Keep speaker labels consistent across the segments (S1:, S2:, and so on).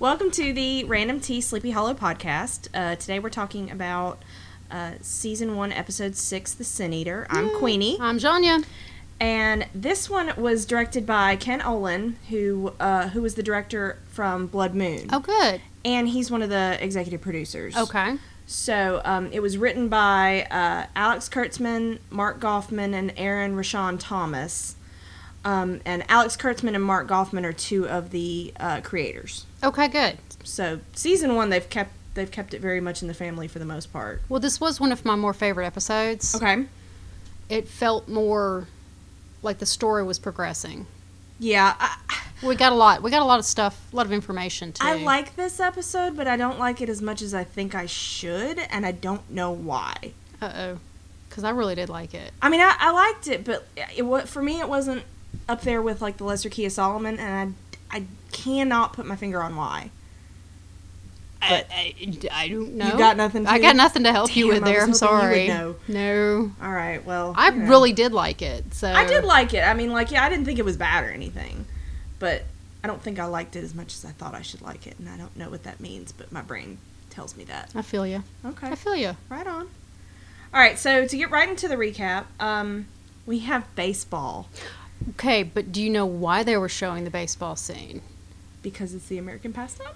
S1: Welcome to the Random Tea Sleepy Hollow podcast. Uh, today we're talking about uh, season one, episode six, The Sin Eater. I'm Queenie,
S2: I'm Janya.
S1: and this one was directed by Ken Olin, who uh, who was the director from Blood Moon,
S2: Oh, good.
S1: and he's one of the executive producers.
S2: Okay.
S1: So um, it was written by uh, Alex Kurtzman, Mark Goffman, and Aaron Rashawn Thomas. Um, and Alex Kurtzman and Mark Goffman are two of the uh, creators.
S2: Okay, good.
S1: So season one, they've kept they've kept it very much in the family for the most part.
S2: Well, this was one of my more favorite episodes.
S1: Okay.
S2: It felt more like the story was progressing.
S1: Yeah, I,
S2: We got a lot. We got a lot of stuff, a lot of information too.
S1: I like this episode, but I don't like it as much as I think I should, and I don't know why.
S2: Uh oh, because I really did like it.
S1: I mean, I, I liked it, but it wa- for me it wasn't up there with like the Lesser Key of Solomon, and I I cannot put my finger on why.
S2: But I, I don't know.
S1: got nothing
S2: I
S1: to-
S2: got nothing to help you
S1: Damn,
S2: with
S1: I
S2: there. I'm
S1: was hoping
S2: sorry.
S1: you would
S2: No,
S1: All right, well,
S2: I
S1: you know.
S2: really did like it. So
S1: I did like it. I mean, like yeah, I didn't think it was bad or anything, but I don't think I liked it as much as I thought I should like it, and I don't know what that means, but my brain tells me that.
S2: I feel you.
S1: Okay.
S2: I feel you.
S1: Right on. All right, so to get right into the recap, um, we have baseball
S2: Okay, but do you know why they were showing the baseball scene?
S1: because it's the American pastime.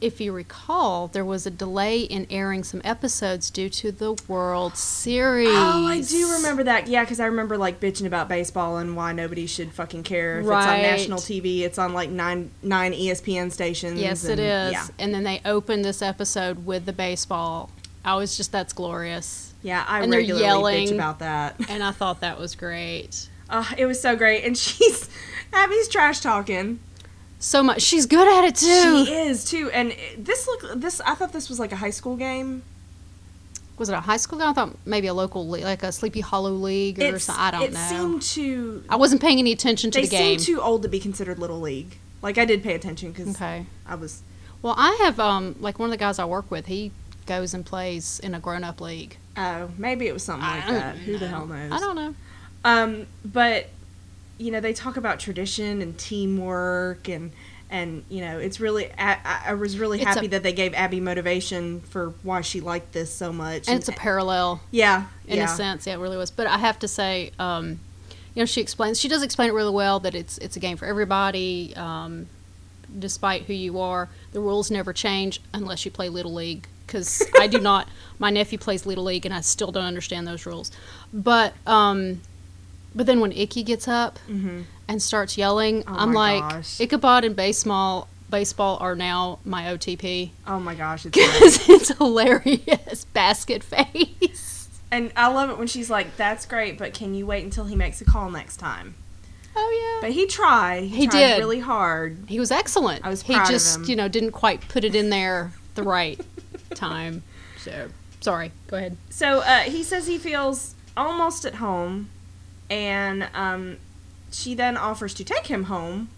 S2: if you recall, there was a delay in airing some episodes due to the World Series.
S1: Oh, I do remember that. Yeah, because I remember like bitching about baseball and why nobody should fucking care if it's on
S2: Right.
S1: national TV. It's on like nine nine E ESPN stations.
S2: Yes,
S1: and,
S2: it is.
S1: Yeah,
S2: And then they opened this episode with the baseball. I was just, that's glorious.
S1: yeah. I
S2: And they're
S1: regularly
S2: yelling.
S1: bitch about that.
S2: And I thought that was great.
S1: Uh, it was so great, and she's Abby's trash talking.
S2: So much. She's good at it too.
S1: She is too, and it- this look this. I thought this was like a high school game.
S2: was it a high school game? I thought maybe a local league, like a Sleepy Hollow League or
S1: It's-
S2: something. I don't
S1: it
S2: know.
S1: seemed to
S2: I wasn't paying any attention to
S1: they
S2: the game.
S1: seem too old to be considered little league. Like I did pay attention because
S2: okay.
S1: I was.
S2: Well, I have, um, like, one of the guys I work with, he goes and plays in a grown up league.
S1: Oh, maybe it was something like
S2: I don't
S1: that. Who the
S2: know.
S1: hell knows?
S2: I don't know.
S1: Um, but you know they talk about tradition and teamwork and and you know it's really I, I- I was really
S2: It's a-
S1: happy that they gave Abby motivation for why she liked this so much.
S2: And it's a parallel
S1: yeah,
S2: in a
S1: yeah.
S2: sense. Yeah, it really was. But I have to say, um, you know, she explains. She does explain it really well that it's it's a game for everybody, um, despite who you are. The rules never change unless you play little league. Because I do not. My nephew plays little league, and I still don't understand those rules. But um, but then when Icky gets up and starts yelling,
S1: Mm-hmm. Oh
S2: I'm
S1: my
S2: like,
S1: gosh.
S2: Ichabod and baseball baseball are now my OTP
S1: Oh my gosh, it's great.
S2: because it's hilarious basket face.
S1: and I love it when she's like, "That's great, but can you wait until he makes a call next time?"
S2: Oh yeah.
S1: But he tried. He,
S2: He
S1: tried
S2: did.
S1: really hard.
S2: He was excellent.
S1: I was
S2: he
S1: proud of
S2: just,
S1: him.
S2: you know, didn't quite put it in there the right time. So sorry. Go ahead.
S1: So uh, he says he feels almost at home, and um, she then offers to take him home,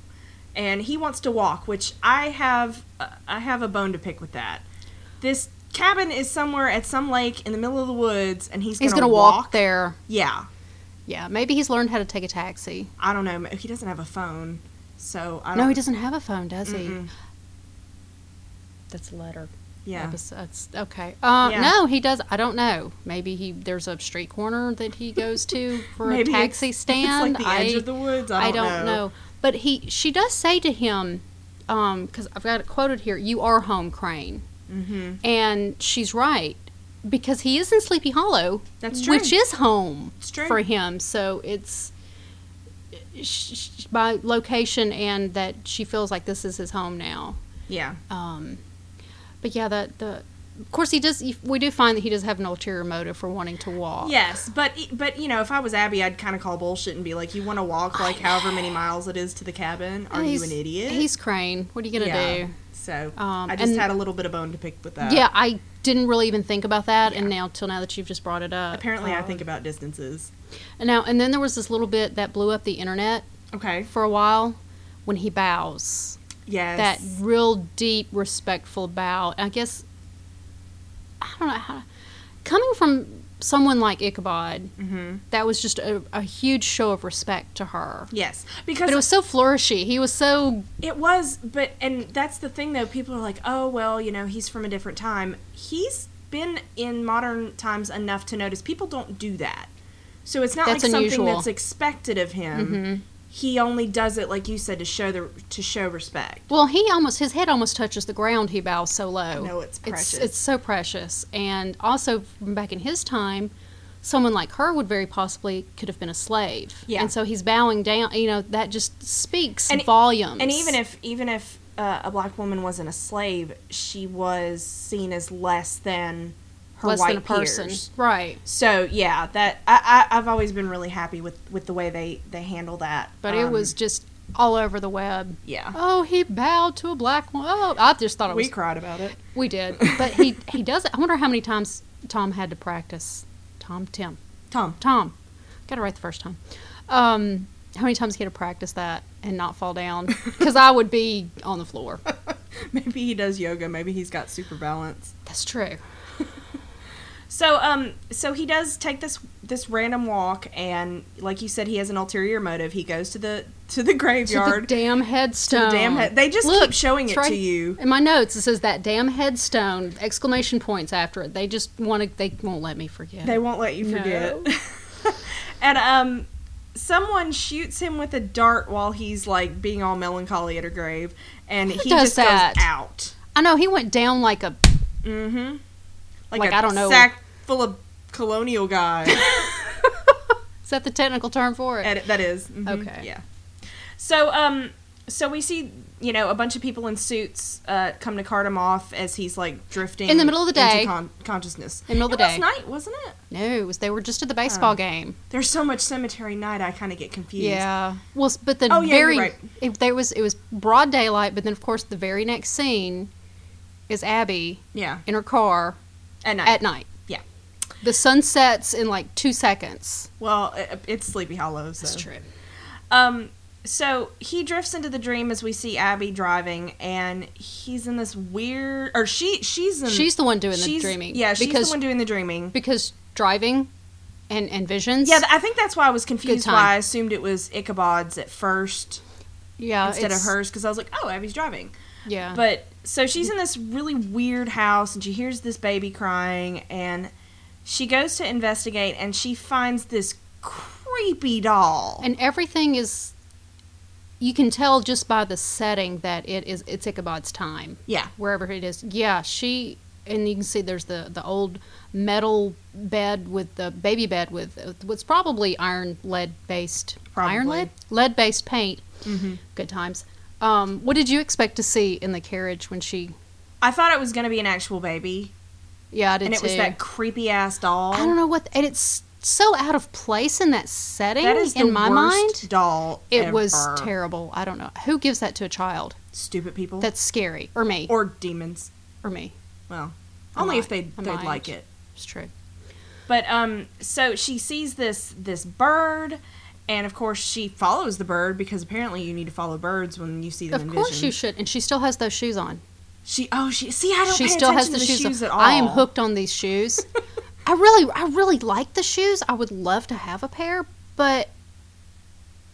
S1: and he wants to walk, which I have uh, I have a bone to pick with that. This cabin is somewhere at some lake in the middle of the woods, and he's
S2: He's
S1: gonna,
S2: gonna walk, there.
S1: Yeah,
S2: Yeah, maybe he's learned how to take a taxi.
S1: I don't know. He doesn't have a phone, so I don't.
S2: No, he doesn't have a phone, does
S1: Mm-mm.
S2: he? That's a letter.
S1: Yeah,
S2: That's okay. Uh,
S1: Yeah.
S2: No, he does. I don't know. Maybe he there's a street corner that he goes to for a
S1: it's-
S2: taxi stand.
S1: It's like the edge
S2: I-
S1: of the woods. I
S2: I
S1: don't,
S2: don't, know. But he, she does say to him, because I've got it quoted here, "You are home, Crane,"
S1: Mm-hmm.
S2: and she's right because he is in Sleepy Hollow,
S1: That's true.
S2: which is home
S1: It's true.
S2: for him. So it's sh- sh- by location and that she feels like this is his home now.
S1: Yeah.
S2: Um, but yeah, that the. Of course, he does. We do find that he does have an ulterior motive for wanting to walk.
S1: Yes, but e, but you know, if I was Abby, I'd kind of call bullshit and be like, "You want to walk like however many miles it is to the cabin? Are you
S2: He's-
S1: an idiot?"
S2: He's Crane. What are you gonna
S1: Yeah. Uh,
S2: do?
S1: So
S2: Um,
S1: I just
S2: and-
S1: had a little bit of bone to pick with that.
S2: Yeah, I didn't really even think about that, and now till now that you've just brought it up,
S1: Apparently, I
S2: um,
S1: think about distances.
S2: And now and then there was this little bit that blew up the internet
S1: Okay.
S2: for a while when he bows
S1: Yes.
S2: that real deep, respectful bow. I guess I don't know how coming from someone like Ichabod,
S1: hmm
S2: that was just a, a huge show of respect to her.
S1: Yes, because
S2: But it was so flourishy. He was so
S1: It was, but and that's the thing though. People are like, "Oh, well, you know, he's from a different time." He's been in modern times enough to notice people don't do that. So it's not
S2: That's
S1: like something
S2: unusual. Mm-hmm.
S1: that's expected of him. He only does it, like you said, to show the to show respect.
S2: well. He almost his head almost touches the ground. He bows so low.
S1: No, it's precious.
S2: It's, it's so precious. And also, from back in his time, someone like her would very possibly could have been a slave.
S1: Yeah.
S2: And so he's bowing down. You know, that just speaks
S1: And- e-,
S2: volumes.
S1: and even if even if uh, a black woman wasn't a slave, she was seen as less than her
S2: less
S1: white
S2: than a person,
S1: peers.
S2: right?
S1: So yeah, that I, I I've always been really happy with with the way they they handle that.
S2: But it
S1: Um,
S2: was just all over the web.
S1: yeah.
S2: Oh, he bowed to a black one. Oh, I just thought it was
S1: we cried about it.
S2: We did, but he he does. it. I wonder how many times Tom had to practice. Tom, Tim,
S1: Tom.
S2: Tom, got it right the first time. Um, how many times he had to practice that and not fall down? Because I would be on the floor.
S1: Maybe he does yoga. Maybe he's got super balance.
S2: That's true.
S1: So um, so he does take this this random walk, and like you said, he has an ulterior motive. He goes to the to the
S2: To the
S1: graveyard.
S2: damn headstone.
S1: damn head- they just
S2: Look,
S1: keep showing
S2: it's
S1: it to you.
S2: In my notes, it says that damn headstone! Exclamation points after it. They just want to. They won't let me forget.
S1: they won't let you forget.
S2: No.
S1: and um, someone shoots him with a dart while he's like being all melancholy at her grave, and he
S2: does
S1: just
S2: that?
S1: goes out.
S2: I know he went down like a.
S1: Mm-hmm.
S2: Like,
S1: I
S2: I don't know.
S1: sack full of colonial guys.
S2: Is that the technical term for it?
S1: Edit, that is. Mhm.
S2: Okay.
S1: Yeah. So um so we see, you know, a bunch of people in suits uh come to cart him off as he's like drifting
S2: In the middle of the
S1: into
S2: day.
S1: con- consciousness.
S2: In the middle of
S1: It
S2: the
S1: was
S2: day.
S1: night, wasn't it?
S2: no, it was, they were just at the baseball game.
S1: There's so much cemetery night I kind of get confused.
S2: Yeah. Well, s- but the
S1: Oh, yeah, you're
S2: very
S1: right.
S2: it, there was it was broad daylight, but then of course the very next scene is Abby
S1: Yeah.
S2: in her car
S1: At night.
S2: at night.
S1: Yeah.
S2: The sun sets in like two seconds.
S1: well, it, it's Sleepy Hollow, so.
S2: true.
S1: Um so he drifts into the dream as we see Abby driving and he's in this weird or she she's in
S2: She's the one doing the
S1: Hmm. she's-
S2: dreaming.
S1: Yeah, she's
S2: because
S1: the one doing the dreaming.
S2: because driving and and visions.
S1: Yeah, th- I think that's why I was confused.
S2: time.
S1: Why I assumed it was Ichabod's at first
S2: yeah,
S1: instead of
S2: Oh, it's-
S1: hers because I was like, oh, Abby's driving.
S2: Yeah, but
S1: But so she's in this really weird house and she hears this baby crying and she goes to investigate and she finds this creepy doll.
S2: and everything is. You can tell just by the setting that it is it's Ichabod's time.
S1: yeah,
S2: wherever it is. Yeah, she and you can see there's the the old metal bed with the baby bed with with what's probably iron lead based
S1: Probably.
S2: iron
S1: Mm-hmm.
S2: lead lead based paint. Good times. Um, what did you expect to see in the carriage when she?
S1: I thought it was going to be an actual baby
S2: Yeah, I did
S1: and it was
S2: too.
S1: that creepy ass doll.
S2: I don't know what, and it's so out of place in that setting.
S1: That is the
S2: in my
S1: worst
S2: mind,
S1: doll.
S2: it was
S1: ever.
S2: terrible. I don't know who gives that to a child.
S1: Stupid people
S2: That's scary, or me, or,
S1: or demons.
S2: me.
S1: Well,
S2: I
S1: only if
S2: might.
S1: they
S2: I
S1: would
S2: might.
S1: they'd like it.
S2: It's true.
S1: But um, so she sees this this bird, and of course she follows the bird because apparently you need to follow birds when you see them.
S2: Of
S1: in
S2: course
S1: vision.
S2: you should, and she still has those shoes on.
S1: She oh she see I don't.
S2: she
S1: pay
S2: still has
S1: attention
S2: the
S1: to
S2: shoes,
S1: shoes
S2: on.
S1: at all.
S2: I am hooked on these shoes. I really, I really like the shoes. I would love to have a pair, but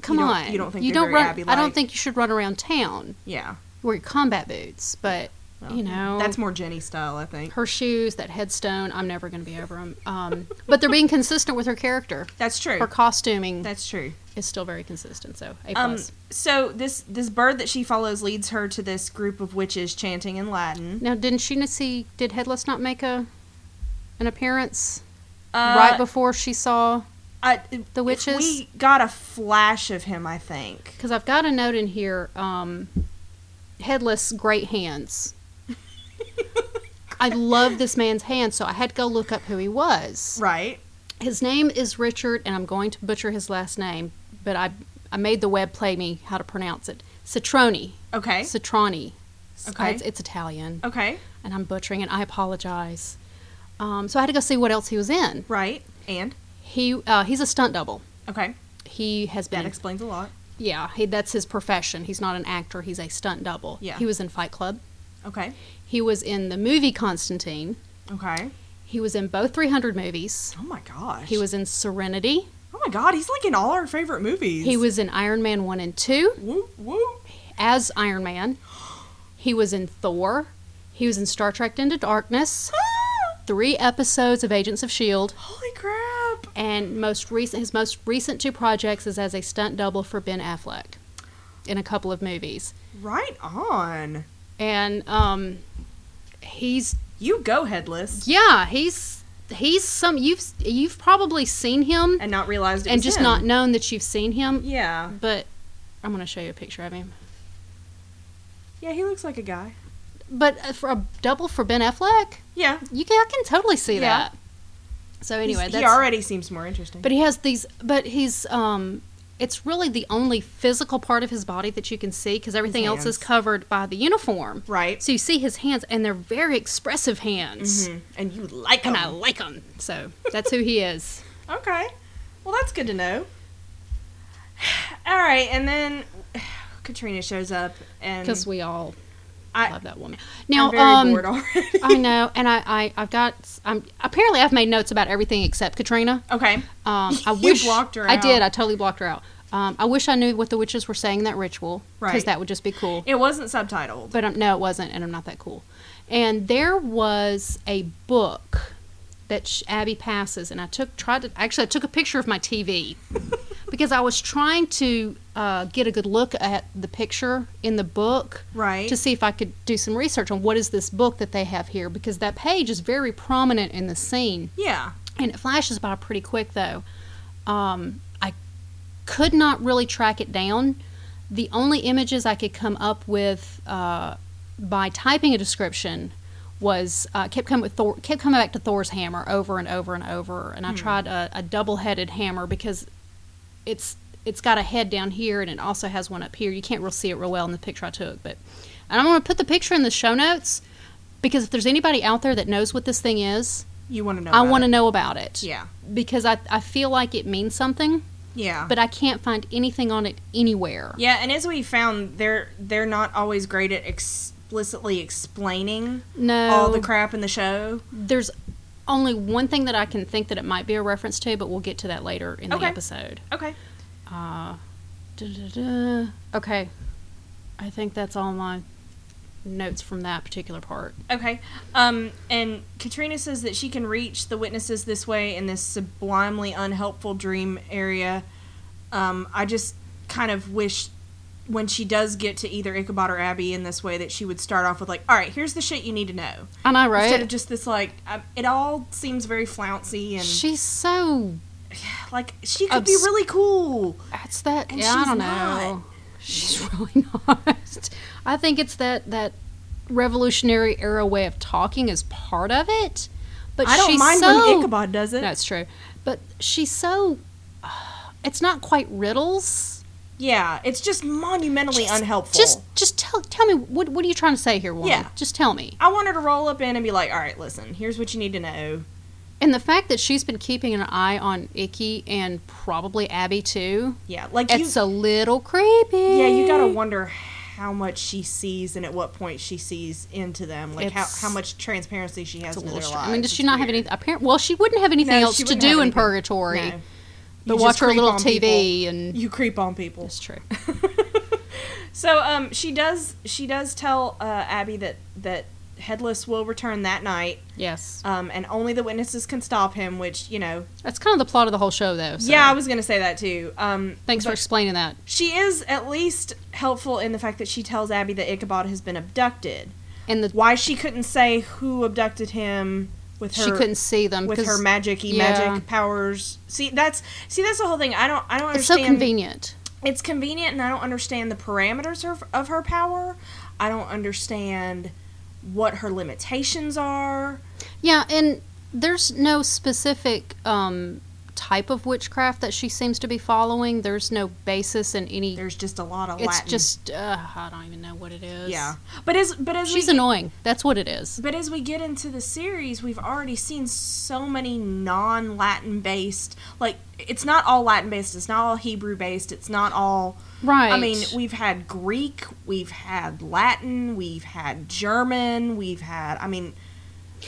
S2: come
S1: don't-
S2: on,
S1: you don't think
S2: you
S1: they're
S2: don't
S1: very
S2: run. I
S1: Abby-like?
S2: don't think you should run around town.
S1: Yeah,
S2: Wear your combat boots, but you know
S1: that's more Jenny style I think.
S2: her shoes. That headstone, I'm never going to be over them. Um, but they're being consistent with her character.
S1: That's true.
S2: Her costuming
S1: that's true.
S2: is still very consistent. So a
S1: Um,
S2: plus.
S1: so this this bird that she follows leads her to this group of witches chanting in Latin.
S2: now, didn't she see? Did Headless not make a an appearance
S1: Uh,
S2: right before she saw?
S1: I,
S2: the witches?
S1: We got a flash of him, I think.
S2: Because I've got a note in here um, headless, great hands. I love this man's hands, so I had to go look up who he was.
S1: Right.
S2: His name is Richard, and I'm going to butcher his last name, but I, I made the web play me how to pronounce it. Citroni.
S1: Okay.
S2: Citroni. S-
S1: Okay.
S2: It's, it's Italian,
S1: okay.
S2: and I'm butchering it. I apologize. Um, so I had to go see what else he was in.
S1: Right. And
S2: He uh, He's a stunt double.
S1: okay.
S2: He has been
S1: That
S2: in
S1: explains a lot.
S2: Yeah, he, that's his profession. He's not an actor, he's a stunt double.
S1: Yeah.
S2: He was in Fight Club.
S1: Okay.
S2: He was in the movie Constantine.
S1: Okay.
S2: He was in both 300 movies.
S1: Oh my gosh.
S2: He was in Serenity.
S1: Oh my god, he's like in all our favorite movies.
S2: He was in Iron Man 1 and 2
S1: Whoop whoop.
S2: as Iron Man. He was in Thor. He was in Star Trek Into Darkness.
S1: Ah,
S2: Three episodes of Agents of S.H.I.E.L.D.
S1: holy crap.
S2: E and most recent his most recent two projects is as a stunt double for Ben Affleck in a couple of movies.
S1: Right on.
S2: And um he's
S1: You go headless
S2: yeah, he's he's some you've you've probably seen him
S1: and not realized it
S2: and
S1: was
S2: just
S1: him.
S2: not known that you've seen him,
S1: Yeah.
S2: but I'm going to show you a picture of him.
S1: Yeah, he looks like a guy.
S2: But uh, for a double for Ben Affleck,
S1: Yeah.
S2: you can I can totally see
S1: Yeah.
S2: that. So anyway,
S1: He's-
S2: that's
S1: he already seems more interesting.
S2: But he has these. But he's. Um, it's really the only physical part of his body that you can see because everything else is
S1: hands.
S2: covered by the uniform.
S1: right.
S2: So you see his hands, and they're very expressive hands,
S1: Mhm. And you like him.
S2: and I like them. So that's who he is.
S1: Okay. Well, that's good to know. All right, and then Katrina shows up, and
S2: Because we all
S1: I,
S2: love that woman.
S1: am
S2: Now,
S1: very
S2: um,
S1: bored already.
S2: I know, and I, I I've got. I'm apparently I've made notes about everything except Katrina.
S1: okay.
S2: Um, I
S1: You
S2: wish
S1: blocked her
S2: I did.
S1: out.
S2: I totally blocked her out. Um, I wish I knew what the witches were saying in that ritual because
S1: Right.
S2: that would just be cool.
S1: It wasn't subtitled.
S2: but um, no, it wasn't, and I'm not that cool. And there was a book that sh- Abby passes, and I took tried to actually I took a picture of my TV because I was trying to uh, get a good look at the picture in the book
S1: right.
S2: to see if I could do some research on what is this book that they have here because that page is very prominent in the scene
S1: yeah.
S2: and it flashes by pretty quick though. Um, I could not really track it down. The only images I could come up with uh, by typing a description was uh, kept coming with Thor, kept coming back to Thor's hammer over and over and over, and I tried a, a double-headed hammer because it's it's got a head down here and it also has one up here. You can't really see it real well in the picture I took, but and I'm going to put the picture in the show notes because if there's anybody out there that knows what this thing is,
S1: You want to know?
S2: I want to know about it.
S1: Yeah.
S2: Because I, I feel like it means something,
S1: Yeah.
S2: but I can't find anything on it anywhere.
S1: yeah, and as we found, they're they're not always great at explicitly explaining
S2: No.
S1: all the crap in the show.
S2: There's only one thing that I can think that it might be a reference to, but we'll get to that later in
S1: Okay.
S2: the episode.
S1: Okay.
S2: Uh, da-da-da. Okay. I think that's all my notes from that particular part.
S1: Okay. Um, and Katrina says that she can reach the witnesses this way in this sublimely unhelpful dream area. Um, I just kind of wish when she does get to either Ichabod or Abby in this way that she would start off with like, all right, here's the shit you need to know.
S2: I know,
S1: Instead
S2: right?
S1: of just this like, um, it all seems very flouncy and
S2: She's so.
S1: like she could be
S2: Obs-
S1: really cool.
S2: That's that.
S1: And
S2: yeah, I
S1: she's
S2: don't
S1: not.
S2: know. She's really not. I think it's that that revolutionary era way of talking is part of it. But
S1: I don't
S2: she's
S1: mind
S2: so,
S1: when Ichabod does it.
S2: That's true. But she's so. It's not quite riddles.
S1: Yeah, it's just monumentally
S2: Just-
S1: unhelpful.
S2: Just, just tell, tell me what, what are you trying to say here, woman?
S1: Yeah.
S2: Just tell me.
S1: I want her to roll up in and be like, all right, listen, here's what you need to know.
S2: And the fact that she's been keeping an eye on Icky and probably Abby too,
S1: Yeah, like you,
S2: it's a little creepy.
S1: Yeah, you gotta wonder how much she sees and at what point she sees into them, like how,
S2: It's-
S1: how much transparency she has
S2: It's a
S1: into
S2: little
S1: their
S2: str-
S1: lives.
S2: I mean, does she
S1: It's
S2: not have
S1: weird.
S2: anything? Apparent. Well, she wouldn't have anything
S1: No,
S2: else
S1: she
S2: to
S1: wouldn't have
S2: do in
S1: anything.
S2: purgatory.
S1: No.
S2: But
S1: You
S2: watch
S1: just
S2: her
S1: creep
S2: little
S1: on
S2: TV
S1: people.
S2: and
S1: You creep on people.
S2: that's true.
S1: So um, she does she does tell uh, Abby that that Headless will return that night,
S2: Yes,
S1: um, and only the witnesses can stop him. Which you know,
S2: that's kind of the plot of the whole show, though. so
S1: yeah, I was gonna say that too. Um,
S2: thanks for
S1: but-
S2: explaining that.
S1: She is at least helpful in the fact that she tells Abby that Ichabod has been abducted.
S2: And the
S1: Why she couldn't say who abducted him with her
S2: she couldn't see them
S1: with
S2: 'cause
S1: her magic y
S2: yeah.
S1: magic powers. See, that's see, that's the whole thing. I don't, I don't
S2: It's so
S1: understand.
S2: convenient.
S1: It's convenient, and I don't understand the parameters of, of her power. I don't understand what her limitations are.
S2: Yeah, and there's no specific um, type of witchcraft that she seems to be following. There's no basis in any.
S1: There's just a lot of
S2: it's
S1: Latin.
S2: just uh, I don't even know what it is.
S1: yeah, but as but as
S2: she's
S1: we,
S2: annoying. That's what it is.
S1: But as we get into the series, we've already seen so many non Latin based, like, it's not all Latin based, it's not all Hebrew based, it's not all.
S2: Right.
S1: I mean, we've had Greek, we've had Latin, we've had German, we've had, I mean,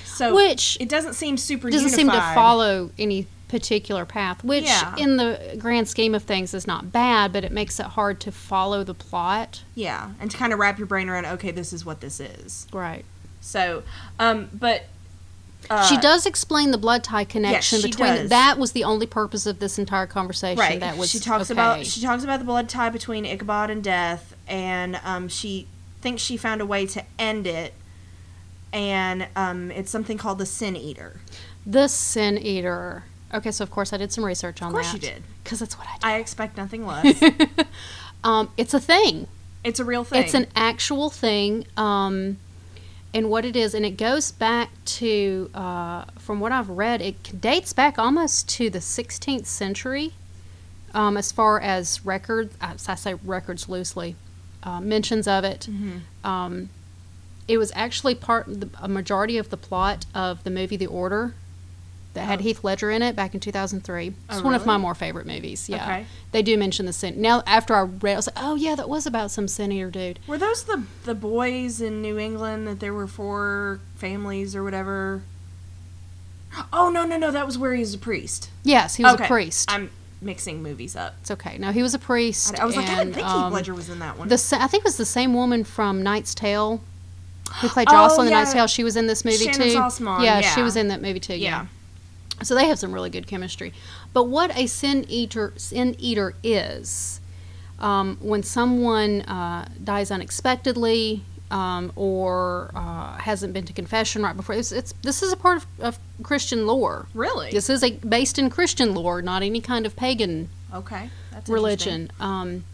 S1: So
S2: Which
S1: it doesn't seem super
S2: doesn't seem to
S1: unified.
S2: follow any particular path, which
S1: Yeah.
S2: in the grand scheme of things is not bad, but it makes it hard to follow the plot.
S1: Yeah, and to kind of wrap your brain around, okay, this is what this is.
S2: Right.
S1: So, um, but uh,
S2: she does explain the blood tie connection
S1: she
S2: between
S1: does.
S2: that was the only purpose of this entire conversation.
S1: right.
S2: That was
S1: she talks
S2: okay.
S1: about she talks about the blood tie between Ichabod and Death, and um, she thinks she found a way to end it, and um, it's something called the Sin Eater.
S2: the sin eater. Okay, so of course I did some research on
S1: Of course,
S2: that.
S1: you did.
S2: because that's what I do.
S1: I expect nothing less.
S2: Um, it's a thing.
S1: it's a real thing.
S2: It's an actual thing. Um, and what it is, and it goes back to, uh, from what I've read, it dates back almost to the 16th century um, as far as records, I, I say records loosely, uh, mentions of it.
S1: Mm-hmm.
S2: Um, it was actually part, the, a majority of the plot of the movie The Order that had
S1: Oh.
S2: Heath Ledger in it back in 2003. It's
S1: Oh,
S2: one of my
S1: really?
S2: more favorite movies. Yeah.
S1: Okay.
S2: They do mention the sin. Now, after I read, I was like, oh, yeah, that was about some sin eater dude.
S1: Were those the the boys in New England that there were four families or whatever? Oh no no no! That was where he was a priest.
S2: Yes, he was a
S1: Okay,
S2: priest.
S1: I'm mixing movies up.
S2: it's okay. No, he was a priest.
S1: I, I was like, I
S2: and,
S1: didn't think
S2: um,
S1: Heath Ledger was in that one.
S2: the sa- I think it was the same woman from Knight's Tale who played
S1: Oh,
S2: Jocelyn in
S1: yeah.
S2: Knight's Tale. She was in this movie
S1: Shannon
S2: too.
S1: Salzman,
S2: yeah,
S1: yeah.
S2: she was in that movie too.
S1: yeah.
S2: Yeah. So they have some really good chemistry. But what a sin eater sin eater is, um, when someone uh, dies unexpectedly. Um, or uh, hasn't been to confession right before. It's, it's this is a part of, of Christian lore.
S1: Really?
S2: This is a based in Christian lore, not any kind of pagan
S1: okay. That's
S2: religion. Um,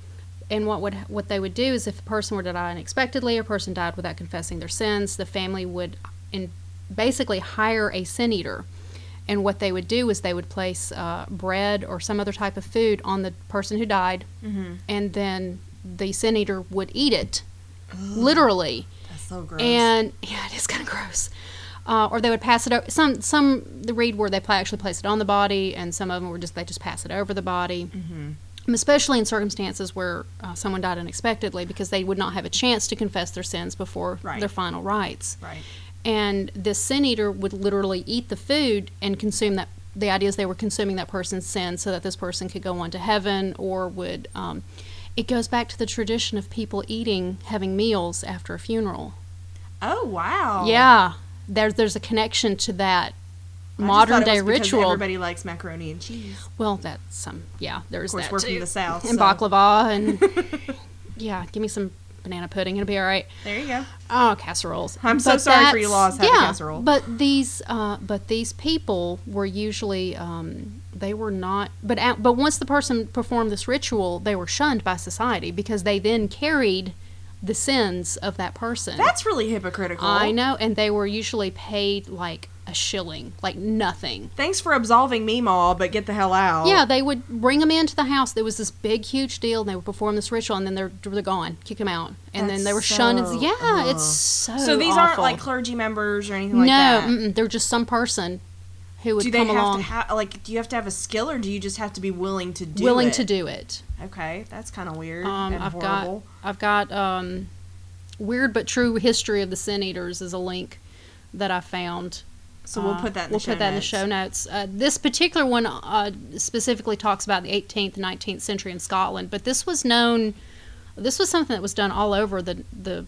S2: and what would what they would do is if a person were to die unexpectedly, a person died without confessing their sins, the family would in basically hire a sin eater. And what they would do is they would place uh, bread or some other type of food on the person who died, and then the sin eater would eat it, literally.
S1: interesting. That's so gross.
S2: And yeah, it is kind of gross. Uh, or they would pass it over. Some some the read where they pla actually place it on the body, and some of them were just they just pass it over the body. Mm-hmm. Especially in circumstances where uh, someone died unexpectedly, because they would not have a chance to confess their sins before
S1: Right.
S2: their final rites.
S1: right.
S2: And this sin eater would literally eat the food and consume that. The idea is they were consuming that person's sin so that this person could go on to heaven or would. Um, it goes back to the tradition of people eating, having meals after a funeral.
S1: Oh wow.
S2: Yeah, there's there's a connection to that
S1: I just
S2: modern
S1: thought it
S2: day
S1: was because
S2: ritual.
S1: Everybody likes macaroni and cheese.
S2: Well, that's some yeah. There's
S1: Of course,
S2: that
S1: we're
S2: too.
S1: from the south.
S2: and
S1: so-
S2: baklava and yeah, give me some banana pudding. It'll be all right.
S1: There you go.
S2: Oh, casseroles.
S1: I'm so sorry for your
S2: that's-
S1: loss, having
S2: yeah,
S1: casserole.
S2: But these, uh, but these people were usually um, they were not. But at, but once the person performed this ritual, they were shunned by society because they then carried the sins of that person.
S1: That's really hypocritical.
S2: I know, and they were usually paid like a shilling, like nothing.
S1: Thanks for absolving me, Ma, but get the hell out.
S2: Yeah, they would bring them into the house. There was this big, huge deal, and they would perform this ritual, and then they're they're gone, kick them out, and then
S1: That's
S2: they were shunned.
S1: so-
S2: yeah,
S1: ugh.
S2: it's so.
S1: So these aren't
S2: awful.
S1: like clergy members or anything
S2: no,
S1: like that.
S2: mm-mm, they're just some person who would
S1: do they
S2: come
S1: have
S2: along
S1: to have like? Do you have to have a skill, or do you just have to be willing to do
S2: willing
S1: it?
S2: to do it.
S1: Okay, that's kind of weird
S2: Um,
S1: and
S2: I've
S1: horrible.
S2: got I've got um, weird but true history of the sin eaters is a link that I found.
S1: so we'll
S2: Uh,
S1: put that. In
S2: we'll
S1: the show
S2: put that in the
S1: notes.
S2: show notes. Uh, this particular one uh, specifically talks about the 18th and 19th century in Scotland, but this was known. This was something that was done all over the the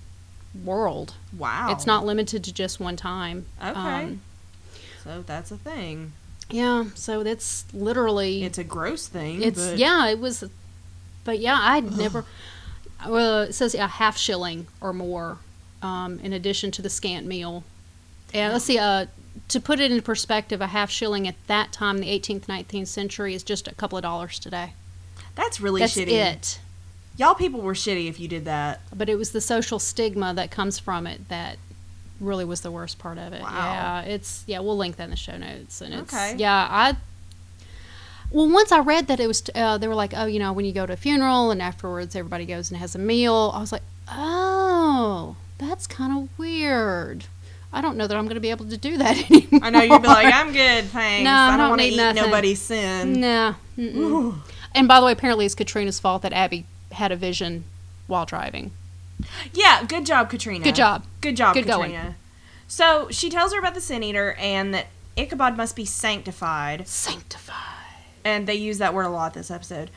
S2: world.
S1: Wow,
S2: It's not limited to just one time.
S1: Oh. okay.
S2: Um,
S1: so that's a thing.
S2: yeah. So that's literally
S1: It's a gross thing.
S2: it's
S1: but-
S2: yeah. It was, but yeah, I'd never. Well, it says a half shilling or more, um, in addition to the scant meal. And let's see. Uh, to put it in perspective, a half shilling at that time, the 18th, 19th century, is just a couple of dollars today.
S1: that's really
S2: That's
S1: shitty.
S2: it.
S1: Y'all people were shitty if you did that.
S2: But it was the social stigma that comes from it that really was the worst part of it.
S1: Wow.
S2: Yeah, it's yeah. We'll link that in the show notes. And it's
S1: Okay.
S2: yeah. I well, once I read that it was, uh, they were like, oh, you know, when you go to a funeral and afterwards everybody goes and has a meal. I was like, oh, that's kind of weird. I don't know that I'm going to be able to do that anymore.
S1: I know you'd be like, "Ah, I'm good, thanks.
S2: No, I
S1: I don't,
S2: don't
S1: want to
S2: need
S1: eat
S2: nothing."
S1: nobody's sin.
S2: Nah. mm-mm. And by the way, apparently it's Katrina's fault that Abby had a vision while driving.
S1: Yeah, good job, Katrina.
S2: Good job.
S1: Good job,
S2: Good going.
S1: Katrina. So she tells her about the Sin Eater and that Ichabod must be sanctified.
S2: Sanctified.
S1: And they use that word a lot this episode.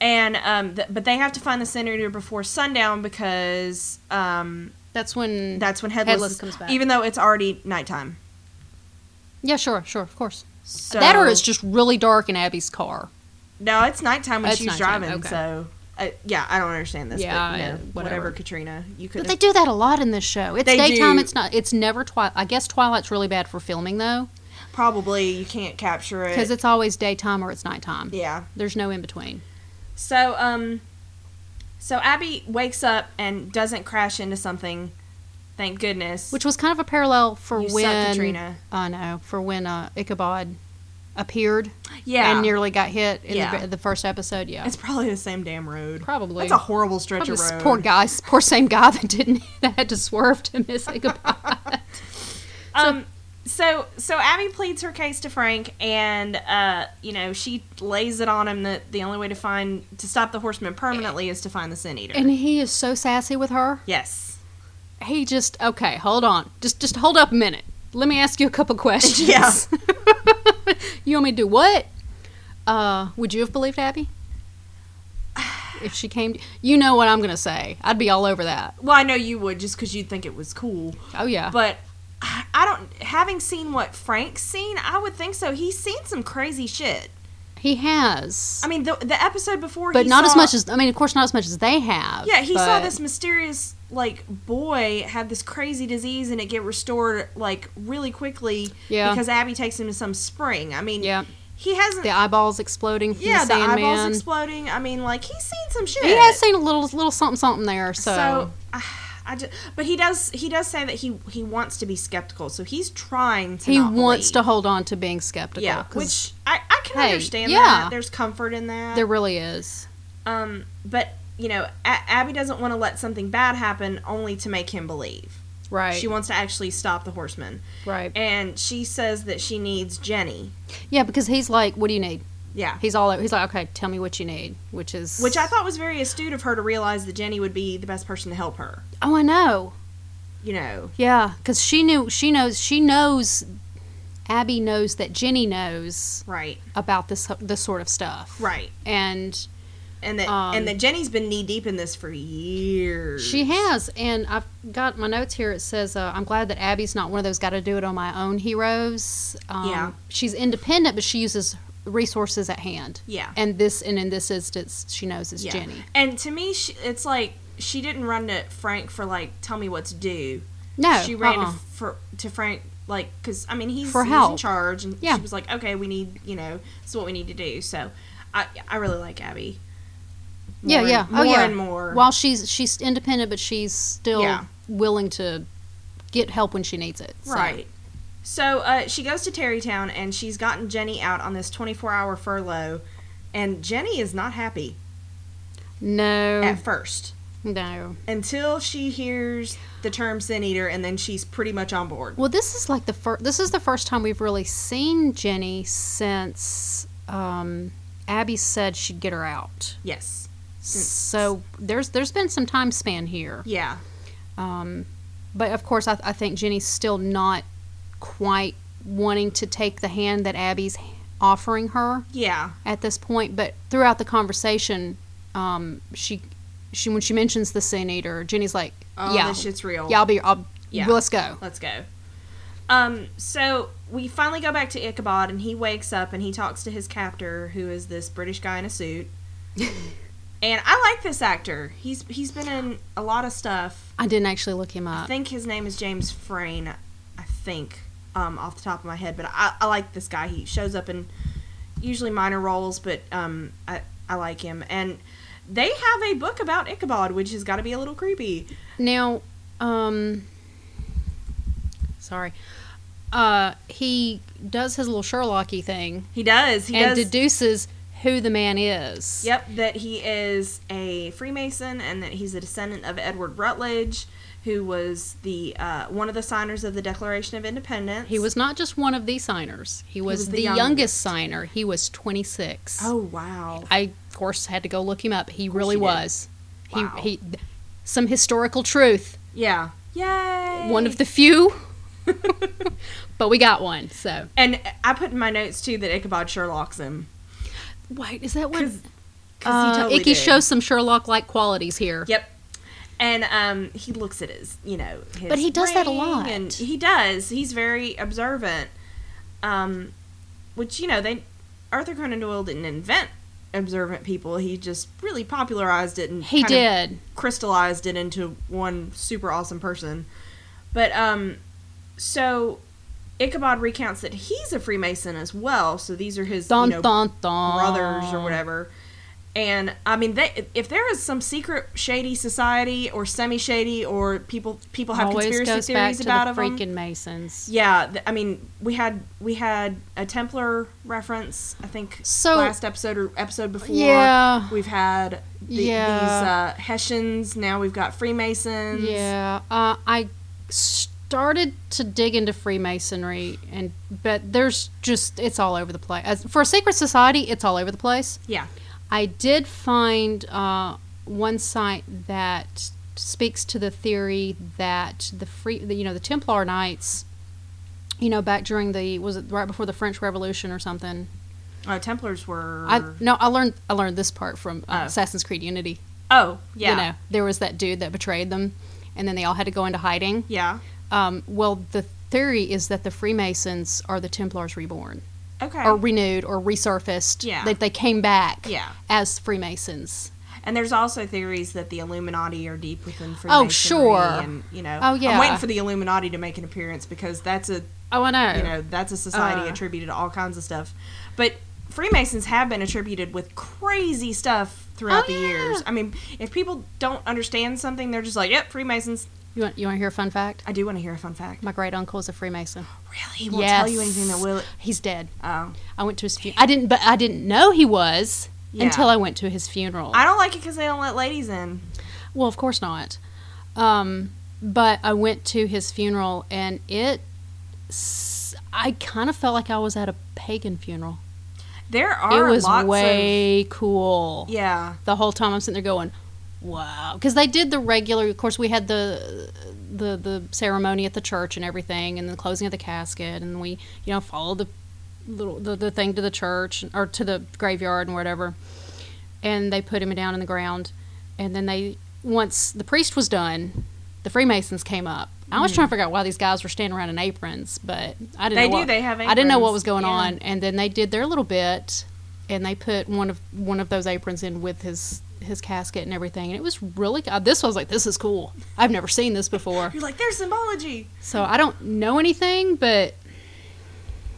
S1: And um, th- but they have to find the Sin Eater before sundown because um,
S2: That's when.
S1: that's when Headless,
S2: Headless comes back.
S1: Even though it's already nighttime.
S2: yeah, sure, sure, of course.
S1: So
S2: that or it's just really dark in Abby's car.
S1: No, it's nighttime when
S2: Oh, It's
S1: she's
S2: nighttime,
S1: driving.
S2: okay.
S1: So, uh, yeah, I don't understand this.
S2: Yeah,
S1: but, you know,
S2: uh,
S1: whatever.
S2: whatever.
S1: Katrina. You could.
S2: But they do that a lot in this show. It's
S1: They
S2: daytime.
S1: do.
S2: It's not. It's never twilight. I guess Twilight's really bad for filming though,
S1: probably you can't capture it
S2: because it's always daytime or it's nighttime.
S1: yeah.
S2: There's no in between.
S1: So um, so Abby wakes up and doesn't crash into something. Thank goodness.
S2: Which was kind of a parallel for
S1: You suck,
S2: when
S1: Katrina.
S2: I know for when uh, Ichabod appeared
S1: yeah,
S2: and nearly got hit in
S1: Yeah.
S2: the, the first episode. Yeah,
S1: it's probably the same damn road.
S2: Probably.
S1: That's a horrible stretch
S2: Probably
S1: of
S2: this
S1: road.
S2: poor guy, s- poor same guy that didn't that had to swerve to miss Ichabod.
S1: Um. So so Abby pleads her case to Frank, and uh, you know she lays it on him that the only way to find to stop the horseman permanently is to find the sin eater.
S2: and he is so sassy with her.
S1: yes.
S2: He just okay, hold on, just just hold up a minute. Let me ask you a couple questions.
S1: Yeah.
S2: you want me to do what? Uh, would you have believed Abby if she came? To, you know what I'm gonna say. I'd be all over that.
S1: Well, I know you would just because you'd think it was cool.
S2: Oh yeah.
S1: But I I don't. Having seen what Frank's seen, I would think so. He's seen some crazy shit.
S2: he has.
S1: I mean, the, the episode before,
S2: but
S1: he
S2: not as
S1: saw-
S2: much as I mean, of course, not as much as they have.
S1: Yeah, he saw
S2: but-
S1: this mysterious like boy had this crazy disease and it get restored like really quickly.
S2: Yeah.
S1: Because Abby takes him to some spring. I mean,
S2: Yeah.
S1: He hasn't.
S2: The eyeballs exploding. From
S1: yeah,
S2: the,
S1: the
S2: Sandman.
S1: eyeballs exploding. I mean, like he's seen some shit.
S2: He has seen a little little something something there. So,
S1: So, I I ju- but he does he does say that he he wants to be skeptical, so he's trying to.
S2: he
S1: not
S2: wants to
S1: believe.
S2: hold on to being skeptical.
S1: Yeah,
S2: 'cause
S1: which I I can
S2: Hey,
S1: understand
S2: yeah.
S1: that. There's comfort in that.
S2: there really is.
S1: um, but you know, a- Abby doesn't want to let something bad happen only to make him believe.
S2: Right.
S1: She wants to actually stop the horseman,
S2: right.
S1: and she says that she needs Jenny.
S2: yeah, because he's like, "What do you need?"
S1: Yeah.
S2: He's all. He's like, "Okay, tell me what you need," which is
S1: Which I thought was very astute of her to realize that Jenny would be the best person to help her.
S2: Oh, I know.
S1: You know,
S2: Yeah, because she knew. She knows. She knows. Abby knows that Jenny knows
S1: right,
S2: about this this sort of stuff.
S1: right,
S2: And
S1: and that
S2: Um,
S1: and that Jenny's been knee deep in this for years.
S2: She has, and I've got my notes here. It says, uh, "I'm glad that Abby's not one of those got to do it on my own heroes." Um,
S1: Yeah.
S2: she's independent, but she uses resources at hand.
S1: Yeah.
S2: and this and in this instance, she knows it's
S1: Yeah.
S2: Jenny.
S1: And to me, she, it's like she didn't run to Frank for like, tell me what to do.
S2: No,
S1: she ran
S2: uh-uh.
S1: to, for to Frank like, because I mean he's,
S2: For
S1: he's in
S2: help.
S1: charge, and
S2: Yeah.
S1: she was like, okay, we need you know, this is what we need to do. So, I I really like Abby. More
S2: yeah,
S1: and-
S2: yeah,
S1: more
S2: oh yeah.
S1: and more.
S2: While she's she's independent, but she's still
S1: Yeah.
S2: willing to get help when she needs it. So,
S1: right. So uh, she goes to Terrytown, and she's gotten Jenny out on this twenty four hour furlough, and Jenny is not happy
S2: No,
S1: at first
S2: no.
S1: until she hears the term sin eater, and then she's pretty much on board.
S2: Well, this is like the first. This is the first time we've really seen Jenny since um, Abby said she'd get her out.
S1: Yes.
S2: So there's there's been some time span here,
S1: Yeah.
S2: um, but of course I, I think Jenny's still not quite wanting to take the hand that Abby's offering her
S1: Yeah.
S2: at this point. But throughout the conversation, um, she she when she mentions the sin eater, Jenny's like,
S1: Oh,
S2: yeah,
S1: this shit's real.
S2: yeah, I'll be, I'll,
S1: Yeah.
S2: let's go.
S1: Let's go. Um, so we finally go back to Ichabod, and he wakes up and he talks to his captor, who is this British guy in a suit. and I like this actor. He's he's been in a lot of stuff.
S2: I didn't actually look him up.
S1: I think his name is James Frayne. I think um, off the top of my head, but I, I like this guy. He shows up in usually minor roles, but um, I I like him. And they have a book about Ichabod, which has got to be a little creepy.
S2: Now, um, sorry. Uh, he does his little Sherlocky thing
S1: He does. He
S2: and
S1: does.
S2: deduces who the man is.
S1: Yep, that he is a Freemason and that he's a descendant of Edward Rutledge, who was the uh, one of the signers of the Declaration of Independence.
S2: He was not just one of the signers. He was,
S1: was the
S2: the, youngest. signer. He was 26.
S1: Oh wow!
S2: I of course had to go look him up. He really
S1: you did.
S2: was.
S1: Wow.
S2: He he some historical truth.
S1: Yeah. Yay!
S2: One of the few but we got one. So
S1: and I put in my notes too that Ichabod Sherlock's him.
S2: wait, is that one?
S1: 'cause he
S2: Uh,
S1: totally
S2: Icky
S1: did.
S2: shows some Sherlock-like qualities here.
S1: Yep. And um, he looks at his, you know, his
S2: But he does that a
S1: ring,
S2: lot.
S1: And he does. He's very observant. Um, which you know they Arthur Conan Doyle didn't invent observant people. He just really popularized it and
S2: He
S1: kind of
S2: did.
S1: crystallized it into one super awesome person. But um so Ichabod recounts that he's a Freemason as well, so these are his
S2: Dun
S1: you know,
S2: dun dun.
S1: brothers or whatever. And I mean, they, if there is some secret shady society or semi-shady or people people have
S2: Always
S1: conspiracy
S2: goes back
S1: theories
S2: to
S1: about
S2: the
S1: them.
S2: freaking Masons.
S1: Yeah, th- I mean, we had we had a Templar reference. I think
S2: So-
S1: last episode or episode before.
S2: Yeah.
S1: we've had the,
S2: Yeah.
S1: these uh, Hessians. Now we've got Freemasons.
S2: Yeah, uh, I started to dig into Freemasonry, and but there's just it's all over the place. As, for a secret society, it's all over the place.
S1: yeah,
S2: I did find uh, one site that speaks to the theory that the free, the, you know, the Templar Knights, you know, back during the was it right before the French Revolution or something.
S1: Uh, Templars were.
S2: I no, I learned I learned this part from uh,
S1: Uh-huh. Oh.
S2: Assassin's Creed Unity.
S1: oh yeah,
S2: You know, there was that dude that betrayed them, and then they all had to go into hiding.
S1: yeah.
S2: Um, well, the theory is that the Freemasons are the Templars reborn,
S1: Okay.
S2: or renewed, or resurfaced.
S1: Yeah.
S2: That they came back
S1: Yeah.
S2: as Freemasons.
S1: And there's also theories that the Illuminati are deep within Freemasonry.
S2: Oh, sure.
S1: And, you know,
S2: Oh,
S1: I'm
S2: yeah.
S1: waiting for the Illuminati to make an appearance because that's a
S2: Oh, I know.
S1: you know that's a society
S2: Uh.
S1: attributed to all kinds of stuff. But Freemasons have been attributed with crazy stuff throughout
S2: Oh,
S1: the
S2: yeah.
S1: years. I mean, if people don't understand something, they're just like, "Yep, Freemasons."
S2: You want you want to hear a fun fact?
S1: I do want to hear a fun fact.
S2: My great uncle is a Freemason.
S1: Really, he won't tell you anything that will.
S2: He's dead.
S1: Oh,
S2: I went to his funeral. I didn't, but I didn't know he was
S1: Yeah.
S2: until I went to his funeral.
S1: I don't like it because they don't let ladies in.
S2: Well, of course not. Um, but I went to his funeral, and it. s- I kind of felt like I was at a pagan funeral.
S1: There are
S2: it was
S1: lots of
S2: way cool.
S1: yeah,
S2: The whole time I'm sitting there going, "Wow!" Because they did the regular. Of course, we had the the the ceremony at the church and everything, and the closing of the casket, and we you know followed the little the, the thing to the church or to the graveyard and whatever. And they put him down in the ground, and then they once the priest was done, the Freemasons came up. I was trying to figure out why these guys were standing around in aprons, but I didn't.
S1: Mm. They
S2: know
S1: do,
S2: What,
S1: they have
S2: I didn't know what
S1: aprons,
S2: was going
S1: yeah.
S2: on, and then they did their little bit, and they put one of one of those aprons in with his his casket and everything, and it was really. Uh, this was like this is cool. I've never seen this before,
S1: you're like there's symbology.
S2: so I don't know anything, but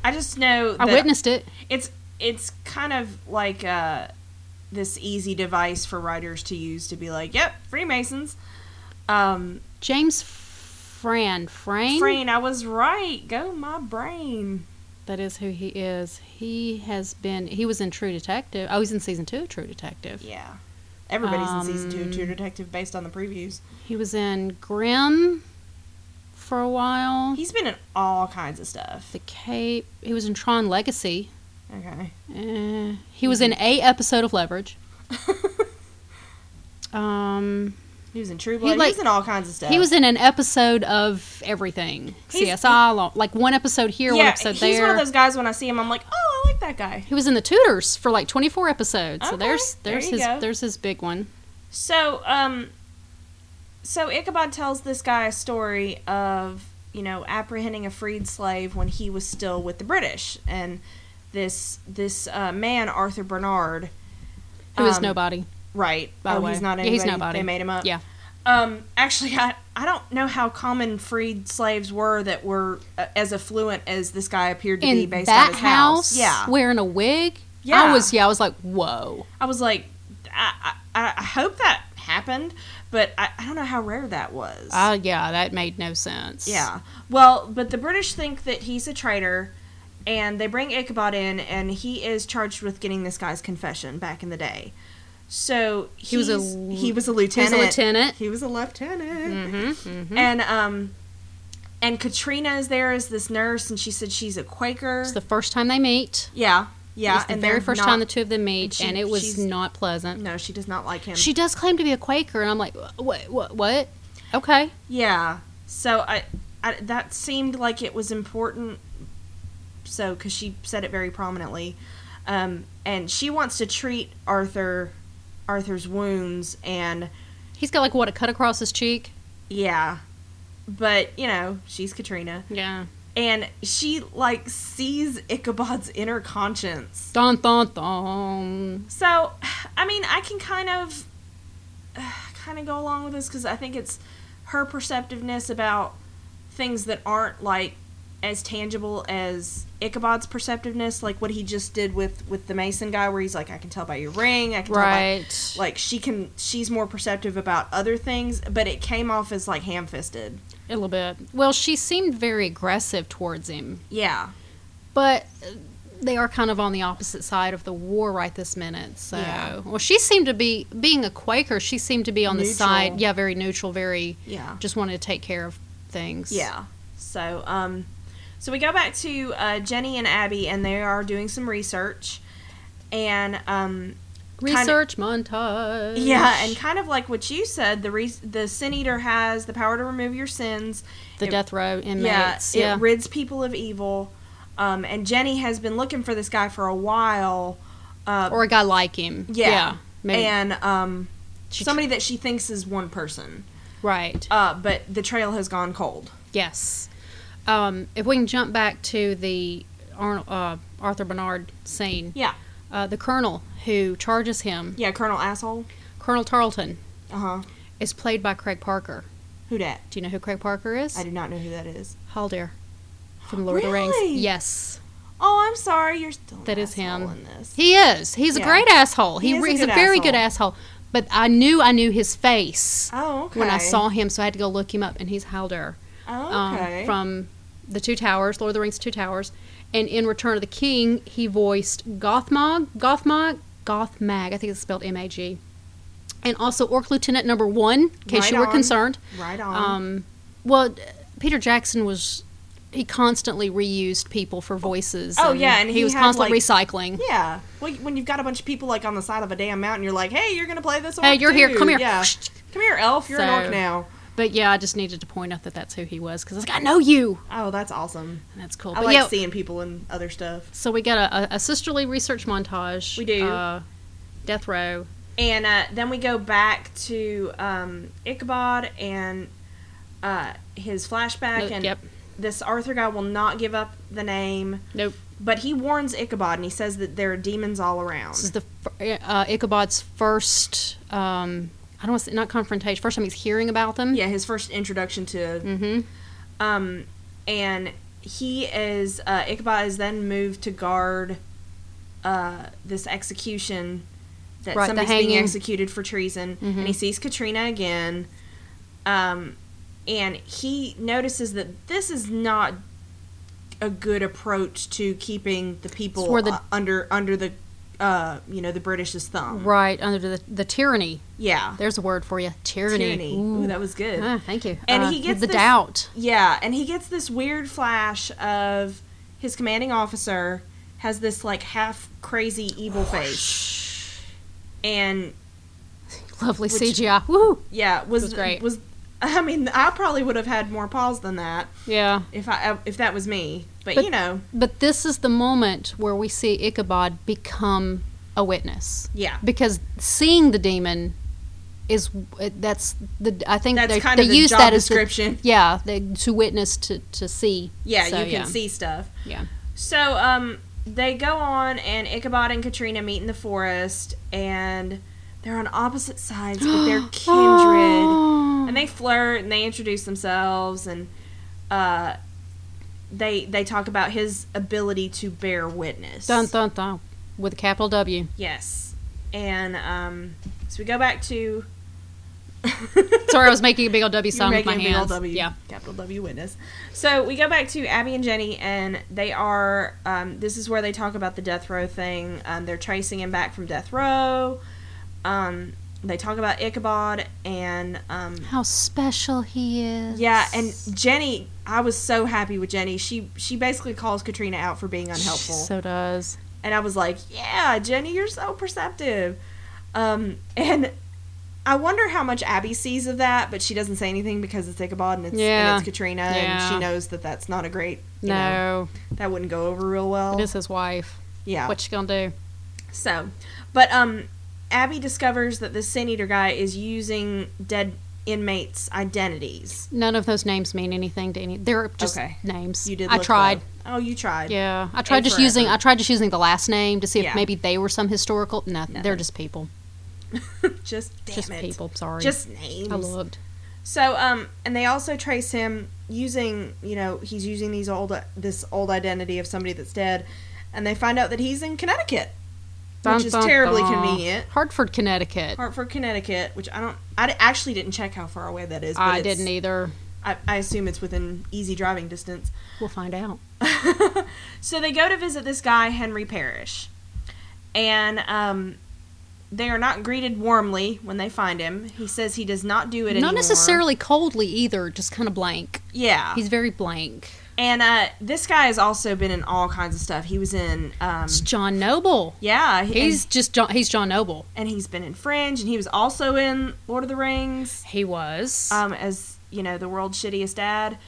S1: I just know
S2: I
S1: that
S2: witnessed it.
S1: it's it's kind of like uh, this easy device for writers to use to be like, "Yep, Freemasons." Um,
S2: James Fran Frame.
S1: Frayne, I was right. Go my brain.
S2: That is who he is. He has been. He was in True Detective. Oh, he's in season two of True Detective.
S1: Yeah, everybody's in season two
S2: Um,
S1: of True Detective based on the previews.
S2: He was in Grimm for a while.
S1: He's been in all kinds of stuff.
S2: the Cape. He was in Tron Legacy.
S1: Okay.
S2: Eh, he was in a episode of Leverage. Um,
S1: he was in True Blood. He,
S2: like-
S1: was in all kinds of stuff.
S2: he was in an episode of everything.
S1: He's-
S2: CSI, lo- like one episode here, one
S1: yeah,
S2: episode
S1: he's
S2: there.
S1: one of those guys. When I see him, I'm like, "Oh, I like that guy."
S2: he was in the Tudors for like 24 episodes. So
S1: Okay,
S2: there's
S1: there
S2: there's
S1: you
S2: his
S1: go.
S2: there's his big one.
S1: So, um, so Ichabod tells this guy a story of you know apprehending a freed slave when he was still with the British, and this this uh, man Arthur Bernard,
S2: Who is
S1: Um,
S2: nobody?
S1: right?
S2: By the
S1: oh,
S2: way,
S1: he's not
S2: Yeah,
S1: anybody.
S2: he's nobody.
S1: They made him up.
S2: Yeah,
S1: Um, actually, I I don't know how common freed slaves were that were uh, as affluent as this guy appeared to be
S2: in
S1: based on
S2: that
S1: his
S2: house,
S1: Yeah,
S2: wearing a wig. I
S1: Yeah.
S2: was yeah, I was like, whoa.
S1: I was like, I I, I hope that happened, but I, I don't know how rare that was.
S2: Uh, yeah, that made no sense.
S1: Yeah. Well, but the British think that he's a traitor, and they bring Ichabod in, and he is charged with getting this guy's confession back in the day. So
S2: He was a
S1: he's-
S2: l-
S1: he was a lieutenant.
S2: lieutenant.
S1: He was a lieutenant.
S2: Mm-hmm, hmm
S1: And um, and Katrina is there as this nurse, and she said she's a Quaker.
S2: It's the first time they meet.
S1: yeah, yeah.
S2: it's the
S1: and
S2: very
S1: they're
S2: first
S1: not-
S2: time the two of them meet, and,
S1: and she-
S2: it was
S1: she's-
S2: not pleasant.
S1: No, she does not like him.
S2: She does claim to be a Quaker, and I'm like, what? What? what? Okay.
S1: yeah. So I I, that seemed like it was important. So, because she said it very prominently, um, and she wants to treat Arthur, Arthur's wounds, and
S2: He's got like what a cut across his cheek.
S1: yeah, but you know she's Katrina,
S2: Yeah.
S1: and she like sees Ichabod's inner conscience,
S2: Thon thon thon.
S1: So, I mean, I can kind of kind of go along with this because I think it's her perceptiveness about things that aren't like as tangible as Ichabod's perceptiveness, like what he just did with with the Mason guy, where he's like, I can tell by your ring, I can
S2: Right.
S1: tell by like she can she's more perceptive about other things, but it came off as like ham fisted.
S2: A little bit. Well, she seemed very aggressive towards him,
S1: Yeah,
S2: but uh, they are kind of on the opposite side of the war right this minute. So,
S1: Yeah.
S2: well, she seemed to be being a Quaker. She seemed to be on the
S1: Neutral.
S2: side, yeah, very neutral, very
S1: yeah.
S2: just wanted to take care of things.
S1: Yeah. So, um, so we go back to uh, Jenny and Abby, and they are doing some research, and um, kinda-
S2: Research montage.
S1: yeah, and kind of like what you said, the re- the sin eater has the power to remove your sins.
S2: the
S1: It-
S2: death row
S1: Yeah,
S2: inmates. Yeah.
S1: it rids people of evil. Um, and Jenny has been looking for this guy for a while. Uh,
S2: or a guy like him.
S1: Yeah.
S2: maybe.
S1: and um,
S2: She-
S1: somebody that she thinks is one person,
S2: right.
S1: uh, but the trail has gone cold.
S2: Yes. Um, if we can jump back to the Arnold, uh, Arthur Bernard scene,
S1: Yeah,
S2: uh, the colonel who charges him,
S1: yeah, Colonel asshole.
S2: Colonel Tarleton,
S1: Uh huh.
S2: is played by Craig Parker.
S1: Who dat?
S2: Do you know who Craig Parker
S1: I
S2: is?
S1: do not know who that is.
S2: Haldir from Lord of the
S1: Really?
S2: Rings. Yes,
S1: Oh, I'm sorry. You're still an
S2: That is
S1: asshole
S2: him.
S1: In this.
S2: he is. He's a
S1: Yeah.
S2: great asshole.
S1: He
S2: He,
S1: is
S2: re-
S1: a
S2: he's a
S1: good
S2: very good asshole. But I knew I knew his face
S1: Oh, okay.
S2: when I saw him, so I had to go look him up, and he's Haldir.
S1: Oh,
S2: um,
S1: okay.
S2: from the Two Towers, Lord of the Rings Two Towers, and in Return of the King, he voiced Gothmog, Gothmog, Gothmag. I think it's spelled M A G, and also Orc Lieutenant Number One, in case
S1: Right
S2: you were
S1: on. Uh-huh.
S2: concerned.
S1: right on.
S2: Um, well, d- Peter Jackson was. He constantly reused people for voices.
S1: Oh, yeah, and he
S2: was
S1: had,
S2: constantly
S1: like-
S2: recycling.
S1: yeah. Well, when you've got a bunch of people like on the side of a damn mountain, you're like, "Hey, you're gonna play this?
S2: Hey,
S1: orc
S2: you're here.
S1: too."
S2: Come here.
S1: Yeah. Come here, elf. You're an
S2: So-
S1: orc now.
S2: But yeah, I just needed to point out that that's who he was because I was like, I know you.
S1: Oh, that's awesome.
S2: And that's cool.
S1: I
S2: but
S1: like
S2: yeah,
S1: seeing people and other stuff.
S2: So we got a, a, a sisterly research montage.
S1: We do.
S2: Uh, death row.
S1: And uh, then we go back to um, Ichabod and uh, his flashback,
S2: Nope,
S1: and
S2: yep.
S1: this Arthur guy will not give up the name,
S2: Nope.
S1: but he warns Ichabod, and he says that there are demons all around.
S2: This is the fir- uh, Ichabod's first. Um, I don't want to say not confrontation. First time he's hearing about them.
S1: yeah his first introduction to
S2: Mhm.
S1: um and he is uh ichabod is then moved to guard uh this execution that
S2: Right, the
S1: somebody's
S2: hanging. Mm-hmm.
S1: being executed for treason and he sees katrina again um and he notices that this is not a good approach to keeping the people
S2: where the-
S1: uh, under under the uh you know the british's thumb
S2: Right under the the tyranny.
S1: yeah
S2: There's a word for you. Tyranny.
S1: tyranny
S2: Ooh.
S1: Ooh, that was good
S2: Ah, thank you.
S1: And
S2: Uh,
S1: he gets
S2: the
S1: this-
S2: doubt.
S1: Yeah, and he gets this weird flash of his commanding officer has this like half crazy evil face, and
S2: Lovely
S1: Which-
S2: CGI. Woo.
S1: yeah, was
S2: was great.
S1: Was I mean, I probably would have had more pause than that
S2: Yeah.
S1: if I if that was me, but,
S2: But-
S1: you know,
S2: But this is the moment where we see Ichabod become a witness.
S1: yeah,
S2: because seeing the demon is that's the I think
S1: That's
S2: they,
S1: kind
S2: they
S1: of the
S2: use
S1: job
S2: that as the-
S1: description.
S2: yeah, they, to witness to to see.
S1: yeah,
S2: So,
S1: you can see stuff.
S2: Yeah,
S1: So um, they go on, and Ichabod and Katrina meet in the forest, and they're on opposite sides, but they're kindred.
S2: Oh.
S1: and they flirt and they introduce themselves and uh, they they talk about his ability to bear witness.
S2: Dun dun dun with a capital W.
S1: Yes, and um, so we go back to.
S2: Sorry, I was making a big old W
S1: You're
S2: sign with my
S1: making a big
S2: hands.
S1: old W,
S2: Yeah,
S1: capital W witness. So we go back to Abby and Jenny, and they are. Um, this is where they talk about the death row thing. Um, they're tracing him back from death row. Um, they talk about Ichabod and um,
S2: how special he is.
S1: Yeah, and Jenny, I was so happy with Jenny. She she basically calls Katrina out for being unhelpful,
S2: She so does.
S1: and I was like, "Yeah, Jenny, you're so perceptive." Um, and I wonder how much Abby sees of that, but she doesn't say anything because it's Ichabod and it's,
S2: Yeah.
S1: and it's Katrina,
S2: Yeah.
S1: and she knows that that's not a great. You know,
S2: No,
S1: that wouldn't go over real well.
S2: it is his wife.
S1: yeah.
S2: What you gonna do?
S1: So, but um, Abby discovers that this sin eater guy is using dead inmates' identities.
S2: None of those names mean anything to any. They're just
S1: Okay.
S2: names.
S1: You did.
S2: I
S1: look
S2: tried.
S1: though. Oh, you tried.
S2: Yeah, I tried just
S1: for
S2: using.
S1: effort.
S2: I tried just using the last name to see if
S1: Yeah.
S2: maybe they were some historical. No, they're
S1: Nothing.
S2: just people.
S1: Just damn
S2: just
S1: it.
S2: people. Sorry.
S1: Just names.
S2: I looked.
S1: So um, and they also trace him using you know he's using these old this old identity of somebody that's dead, and they find out that he's in Connecticut,
S2: Dun,
S1: which is
S2: dun,
S1: terribly
S2: dun.
S1: convenient.
S2: Hartford, Connecticut.
S1: Hartford, Connecticut, which I don't, I d- actually didn't check how far away that is. But
S2: I
S1: it's-
S2: didn't either.
S1: I, I assume it's within easy driving distance.
S2: We'll find out.
S1: so they go to visit this guy, Henry Parrish. And um, they are not greeted warmly when they find him. He says he does not do it anymore.
S2: Not necessarily coldly either. Just kind of blank.
S1: Yeah.
S2: He's very blank.
S1: and uh, this guy has also been in all kinds of stuff. He was in. Um,
S2: It's John Noble.
S1: yeah. he-
S2: He's just John. He's John Noble.
S1: and, and he's been in Fringe, and he was also in Lord of the Rings
S2: He was.
S1: um, as, you know, the world's shittiest dad.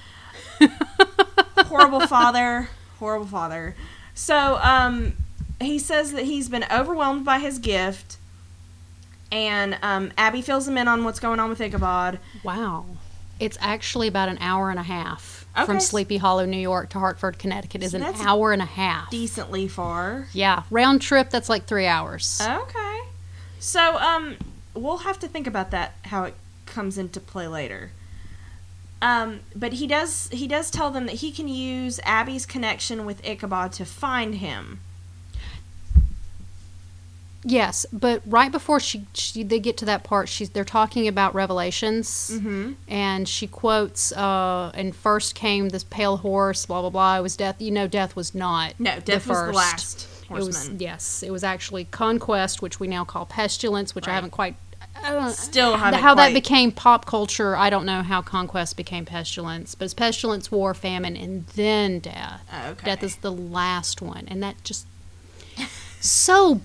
S1: horrible father, horrible father. So um, he says that he's been overwhelmed by his gift, and um, Abby fills him in on what's going on with Ichabod.
S2: wow. It's actually about an hour and a half
S1: Okay.
S2: from Sleepy Hollow, New York, to Hartford, Connecticut. Is
S1: So
S2: an
S1: that's
S2: hour and a half.
S1: Decently far.
S2: Yeah, round trip. That's like three hours.
S1: Okay. So um, we'll have to think about that how it comes into play later. Um, but he does he does tell them that he can use Abby's connection with Ichabod to find him.
S2: Yes, but right before she, she they get to that part, she's they're talking about Revelations,
S1: Mhm.
S2: and she quotes, uh, "And first came this pale horse, blah blah blah. It was death. You know, death was not.
S1: No, death was the
S2: first.
S1: last horseman.
S2: It was yes, it was actually conquest, which we now call pestilence, which I
S1: Right.
S2: haven't quite. I don't-
S1: Still haven't
S2: how that
S1: quite-
S2: became pop culture. I don't know how conquest became pestilence, but it's pestilence, war, famine, and then death.
S1: Oh, okay.
S2: Death is the last one, and that just so.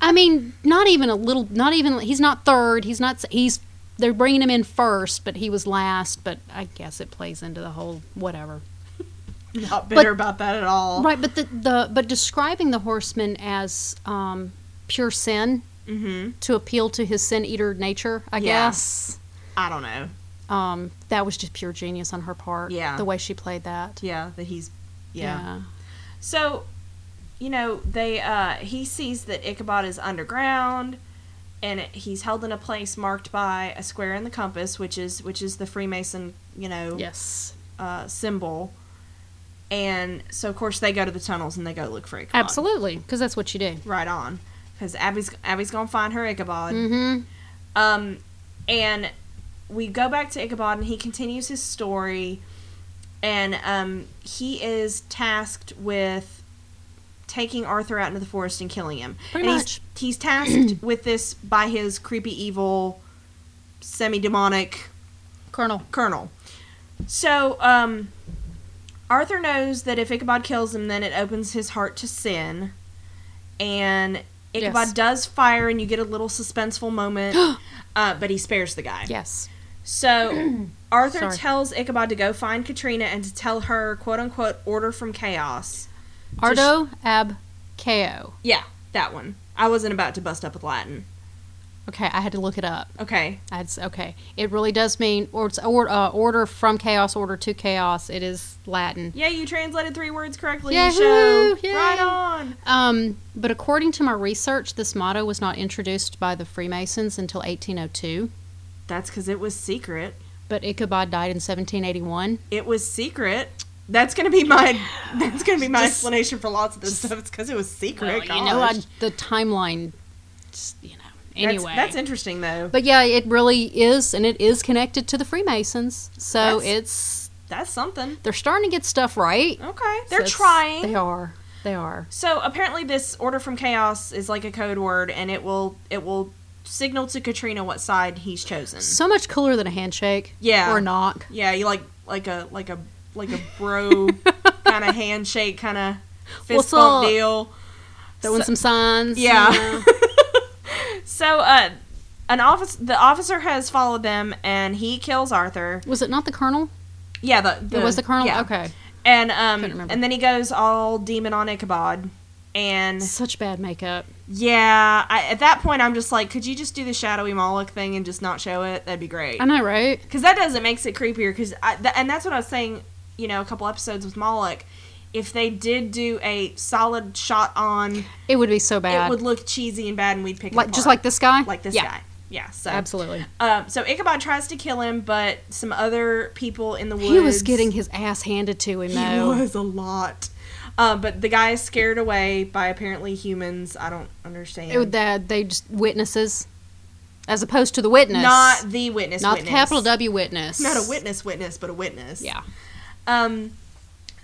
S2: I mean, not even a little. Not even he's not third. He's not. He's they're bringing him in first, but he was last. But I guess it plays into the whole whatever.
S1: not bitter about that at all.
S2: Right, but the, the but describing the horseman as um, pure sin
S1: Mm-hmm.
S2: to appeal to his sin eater nature, I
S1: Yeah.
S2: guess.
S1: I don't know.
S2: Um, that was just pure genius on her part.
S1: Yeah.
S2: the way she played that.
S1: Yeah, that he's yeah. So, you know, they uh he sees that Ichabod is underground and it, he's held in a place marked by a square in the compass, which is which is the Freemason, you know,
S2: Yes,
S1: uh symbol. And so of course they go to the tunnels and they go look for Ichabod.
S2: absolutely, because that's what you do.
S1: Right on. Cuz Abby's Abby's going to find her Ichabod.
S2: hmm
S1: Um, and we go back to Ichabod, and he continues his story, and um, he is tasked with taking Arthur out into the forest and killing him.
S2: Pretty
S1: And
S2: much.
S1: He's, he's tasked with this by his creepy, evil, semi-demonic
S2: Colonel.
S1: colonel. So, um, Arthur knows that if Ichabod kills him, then it opens his heart to sin. And Ichabod
S2: Yes.
S1: does fire, and you get a little suspenseful moment, uh, but he spares the guy.
S2: Yes,
S1: So, Arthur
S2: Sorry.
S1: tells Ichabod to go find Katrina and to tell her, quote unquote, order from chaos. Just-
S2: Ardo ab ko.
S1: Yeah, that one. I wasn't about to bust up with Latin.
S2: Okay, I had to look it up.
S1: Okay.
S2: That's okay. It really does mean or, it's or, uh, order from chaos, order to chaos. It is Latin.
S1: Yeah, you translated three words correctly.
S2: Yahoo!
S1: Show.
S2: Yay!
S1: Right on.
S2: Um, but according to my research, this motto was not introduced by the Freemasons until 1802.
S1: That's because it was secret.
S2: But Ichabod died in 1781.
S1: it was secret. That's gonna be my that's gonna be my
S2: Just-
S1: explanation for lots of this stuff. It's because it was secret.
S2: you know, I,
S1: gosh.
S2: the timeline, just, you know.
S1: That's-
S2: Anyway,
S1: that's, interesting though.
S2: but yeah, it really is, and it is connected to the Freemasons. So
S1: That's-
S2: it's
S1: That's something.
S2: they're starting to get stuff right.
S1: Okay,
S2: So
S1: they're
S2: it's-
S1: trying.
S2: They are. They are.
S1: So apparently, this order from chaos is like a code word, and it will it will signal to Katrina what side he's chosen.
S2: So much cooler than a handshake.
S1: Yeah.
S2: Or a knock.
S1: yeah, you like like a like a like a bro kind of handshake, kind of
S2: What's
S1: fist bump
S2: up?
S1: deal.
S2: Throwing some signs. you
S1: Yeah.
S2: know.
S1: so uh an office the officer has followed them and he kills Arthur.
S2: Was it not the colonel?
S1: Yeah, the, the
S2: it was the colonel.
S1: yeah.
S2: Okay.
S1: And um
S2: Couldn't remember.
S1: and then he goes all demon on Ichabod. And
S2: Such bad makeup.
S1: yeah, I, at that point I'm just like, could you just do the shadowy Moloch thing and just not show it? That'd be great.
S2: I know, right?
S1: Because that does it makes it creepier. Because th- and that's what I was saying. You know, a couple episodes with Moloch, if they did do a solid shot on,
S2: It would be so bad.
S1: it would look cheesy and bad, and we'd pick it
S2: like
S1: apart.
S2: just like this guy.
S1: like this
S2: yeah,
S1: guy. Yeah, so
S2: Absolutely.
S1: Um, so Ichabod tries to kill him, but some other people in the woods.
S2: He was getting his ass handed to him
S1: He
S2: though.
S1: was a lot. Uh, but the guy is scared away by apparently humans. I don't understand.
S2: It, would- that they just witnesses, as opposed to the witness,
S1: Not the witness.
S2: not
S1: witness.
S2: the capital W witness,
S1: Not a witness, witness, but a witness.
S2: Yeah,
S1: Um,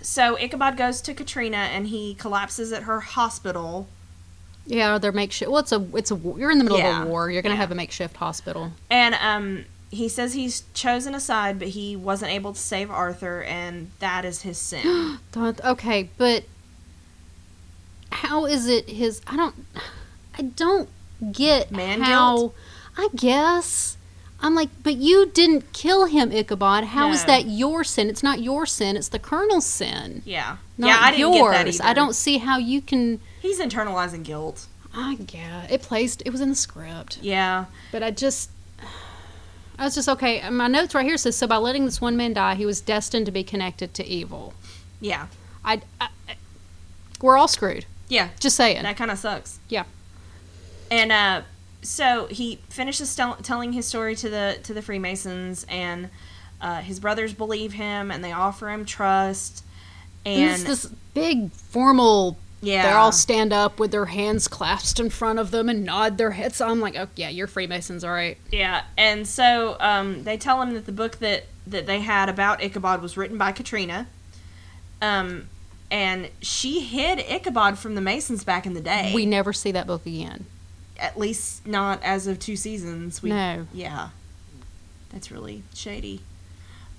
S1: so Ichabod goes to Katrina and he collapses at her hospital.
S2: yeah. Their makeshift. Well, it's a it's a war- you're in the middle
S1: Yeah.
S2: of a war. You're gonna
S1: Yeah.
S2: have a makeshift hospital.
S1: And um, he says he's chosen a side, but he wasn't able to save Arthur, and that is his sin.
S2: Don't- Okay, but how is it his? I don't. I don't get
S1: Man
S2: how.
S1: guilt?
S2: I guess. I'm like, but you didn't kill him, Ichabod. How is
S1: No.
S2: that your sin? It's not your sin. It's the Colonel's sin.
S1: yeah.
S2: Not
S1: yeah, I didn't
S2: yours.
S1: get that either.
S2: I don't see how you can.
S1: He's internalizing guilt.
S2: I guess it placed. It was in the script,
S1: Yeah.
S2: but I just. I was just okay. and My notes right here says so by letting this one man die, he was destined to be connected to evil.
S1: Yeah.
S2: I, I, I- we're all screwed.
S1: Yeah.
S2: Just saying.
S1: That kind of sucks.
S2: Yeah.
S1: And uh, so he finishes tell- telling his story to the to the Freemasons, and uh, his brothers believe him, and they offer him trust.
S2: And
S1: And
S2: it's this big formal.
S1: yeah,
S2: They all stand up with their hands clasped in front of them and nod their heads. I'm like, oh yeah, you're Freemasons, all right.
S1: Yeah, and so um, they tell him that the book that that they had about Ichabod was written by Katrina, um, and she hid Ichabod from the Masons back in the day.
S2: We never see that book again.
S1: at least not as of two seasons. We,
S2: No.
S1: yeah, that's really shady.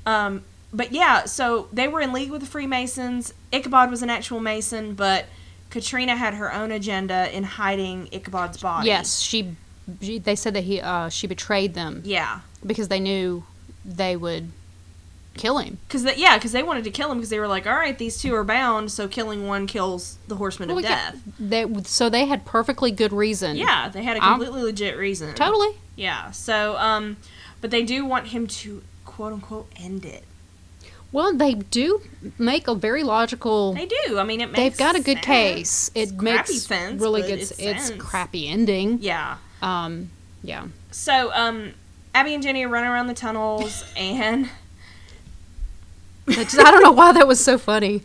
S1: Um, but yeah, so they were in league with the Freemasons. Ichabod was an actual Mason, but Katrina had her own agenda in hiding Ichabod's body.
S2: Yes, she, she. They said that he. Uh, she betrayed them.
S1: Yeah.
S2: because they knew they would kill him.
S1: Cause they, yeah, because they wanted to kill him because they were like, all right, these two are bound, so killing one kills the horseman
S2: Well,
S1: of
S2: yeah.
S1: death.
S2: They, so they had perfectly good reason.
S1: Yeah, they had a
S2: Um,
S1: completely legit reason.
S2: Totally.
S1: Yeah. So, um, but they do want him to quote unquote end it.
S2: Well, they do make a very logical.
S1: They do. I mean, it makes.
S2: They've got a good
S1: sense.
S2: case. It
S1: It's
S2: makes
S1: crappy sense,
S2: really
S1: but
S2: good.
S1: it's
S2: It's, it's
S1: sense.
S2: crappy ending.
S1: Yeah.
S2: Um, yeah.
S1: So, um, Abby and Jenny are running around the tunnels, and
S2: But just- I don't know why that was so funny.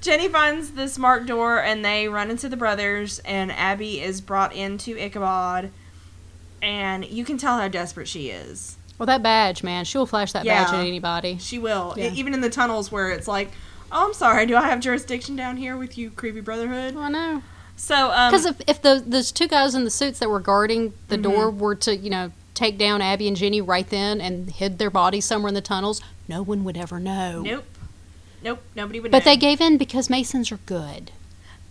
S1: Jenny finds this marked door, and they run into the brothers, and Abby is brought into Ichabod, and you can tell how desperate she is.
S2: Well, that badge, man, she will flash that badge
S1: Yeah.
S2: at anybody.
S1: She will,
S2: Yeah.
S1: E- even in the tunnels where it's like, "Oh, I'm sorry, do I have jurisdiction down here with you, creepy brotherhood?"
S2: Oh, I know.
S1: So,
S2: Because
S1: um, Mm-hmm.
S2: if, if those those two guys in the suits that were guarding the door were to, you know, take down Abby and Jenny right then and hid their bodies somewhere in the tunnels, no one would ever know.
S1: nope, nope, nobody would.
S2: But
S1: know.
S2: they gave in because Masons are good.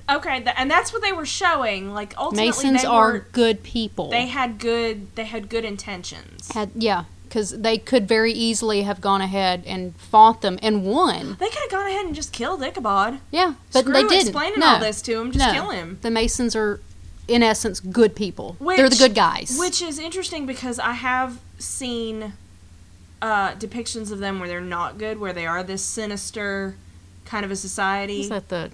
S1: okay, th- and that's what they were showing. Like ultimately,
S2: Masons
S1: they
S2: are
S1: were-
S2: good people.
S1: they had good they had good intentions
S2: had yeah, because they could very easily have gone ahead and fought them and won.
S1: they could have gone ahead and just killed ichabod
S2: Yeah, but
S1: Screw
S2: they didn't.
S1: explaining
S2: no,
S1: all this to him just
S2: no.
S1: kill him
S2: The Masons are, in essence, good people.
S1: Which-
S2: They're the good guys.
S1: which is interesting because i have seen uh, depictions of them where they're not good where they are this sinister kind of a
S2: is
S1: society
S2: that the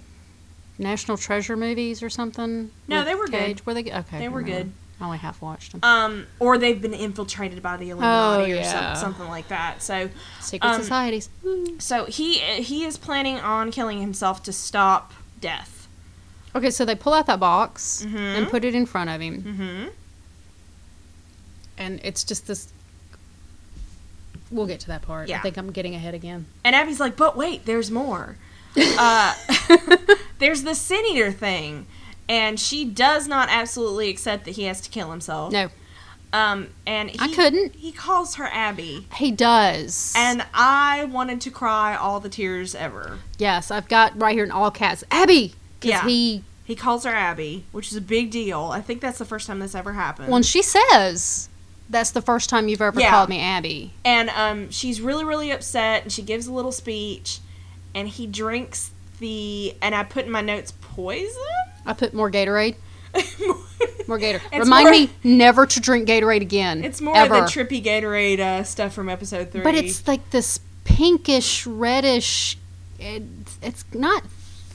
S2: National Treasure movies or something?
S1: No,
S2: With
S1: they were good.
S2: Cage? Were they good? Okay,
S1: They were
S2: never mind.
S1: good.
S2: I only half watched them.
S1: um, or they've been infiltrated by the illuminati
S2: Oh,
S1: or some,
S2: yeah.
S1: something like that so
S2: Secret
S1: um,
S2: societies.
S1: so he he is planning on killing himself to stop death
S2: Okay, so they pull out that box
S1: Mhm.
S2: and put it in front of him.
S1: mm-hmm
S2: and it's just this we'll get to that part
S1: Yeah.
S2: i think i'm getting ahead again
S1: And Abby's like, but wait, there's more. Uh, there's the sin eater thing. And she does not absolutely accept that he has to kill himself.
S2: no
S1: Um, and he,
S2: I couldn't.
S1: He calls her Abby.
S2: he does
S1: And I wanted to cry all the tears ever.
S2: yes i've got right here in all caps abby because
S1: Yeah.
S2: he
S1: He calls her Abby, which is a big deal. I think that's the first time this ever happened.
S2: When she says, "That's the first time you've ever
S1: Yeah.
S2: called me Abby,"
S1: and um, she's really, really upset, and she gives a little speech, and he drinks the, and I put in my notes, poison?
S2: I put more Gatorade. More Gator.
S1: It's
S2: Remind
S1: more-
S2: me never to drink Gatorade again.
S1: It's more
S2: ever.
S1: of the trippy Gatorade uh, stuff from episode three.
S2: But it's like this pinkish, reddish. It's, it's not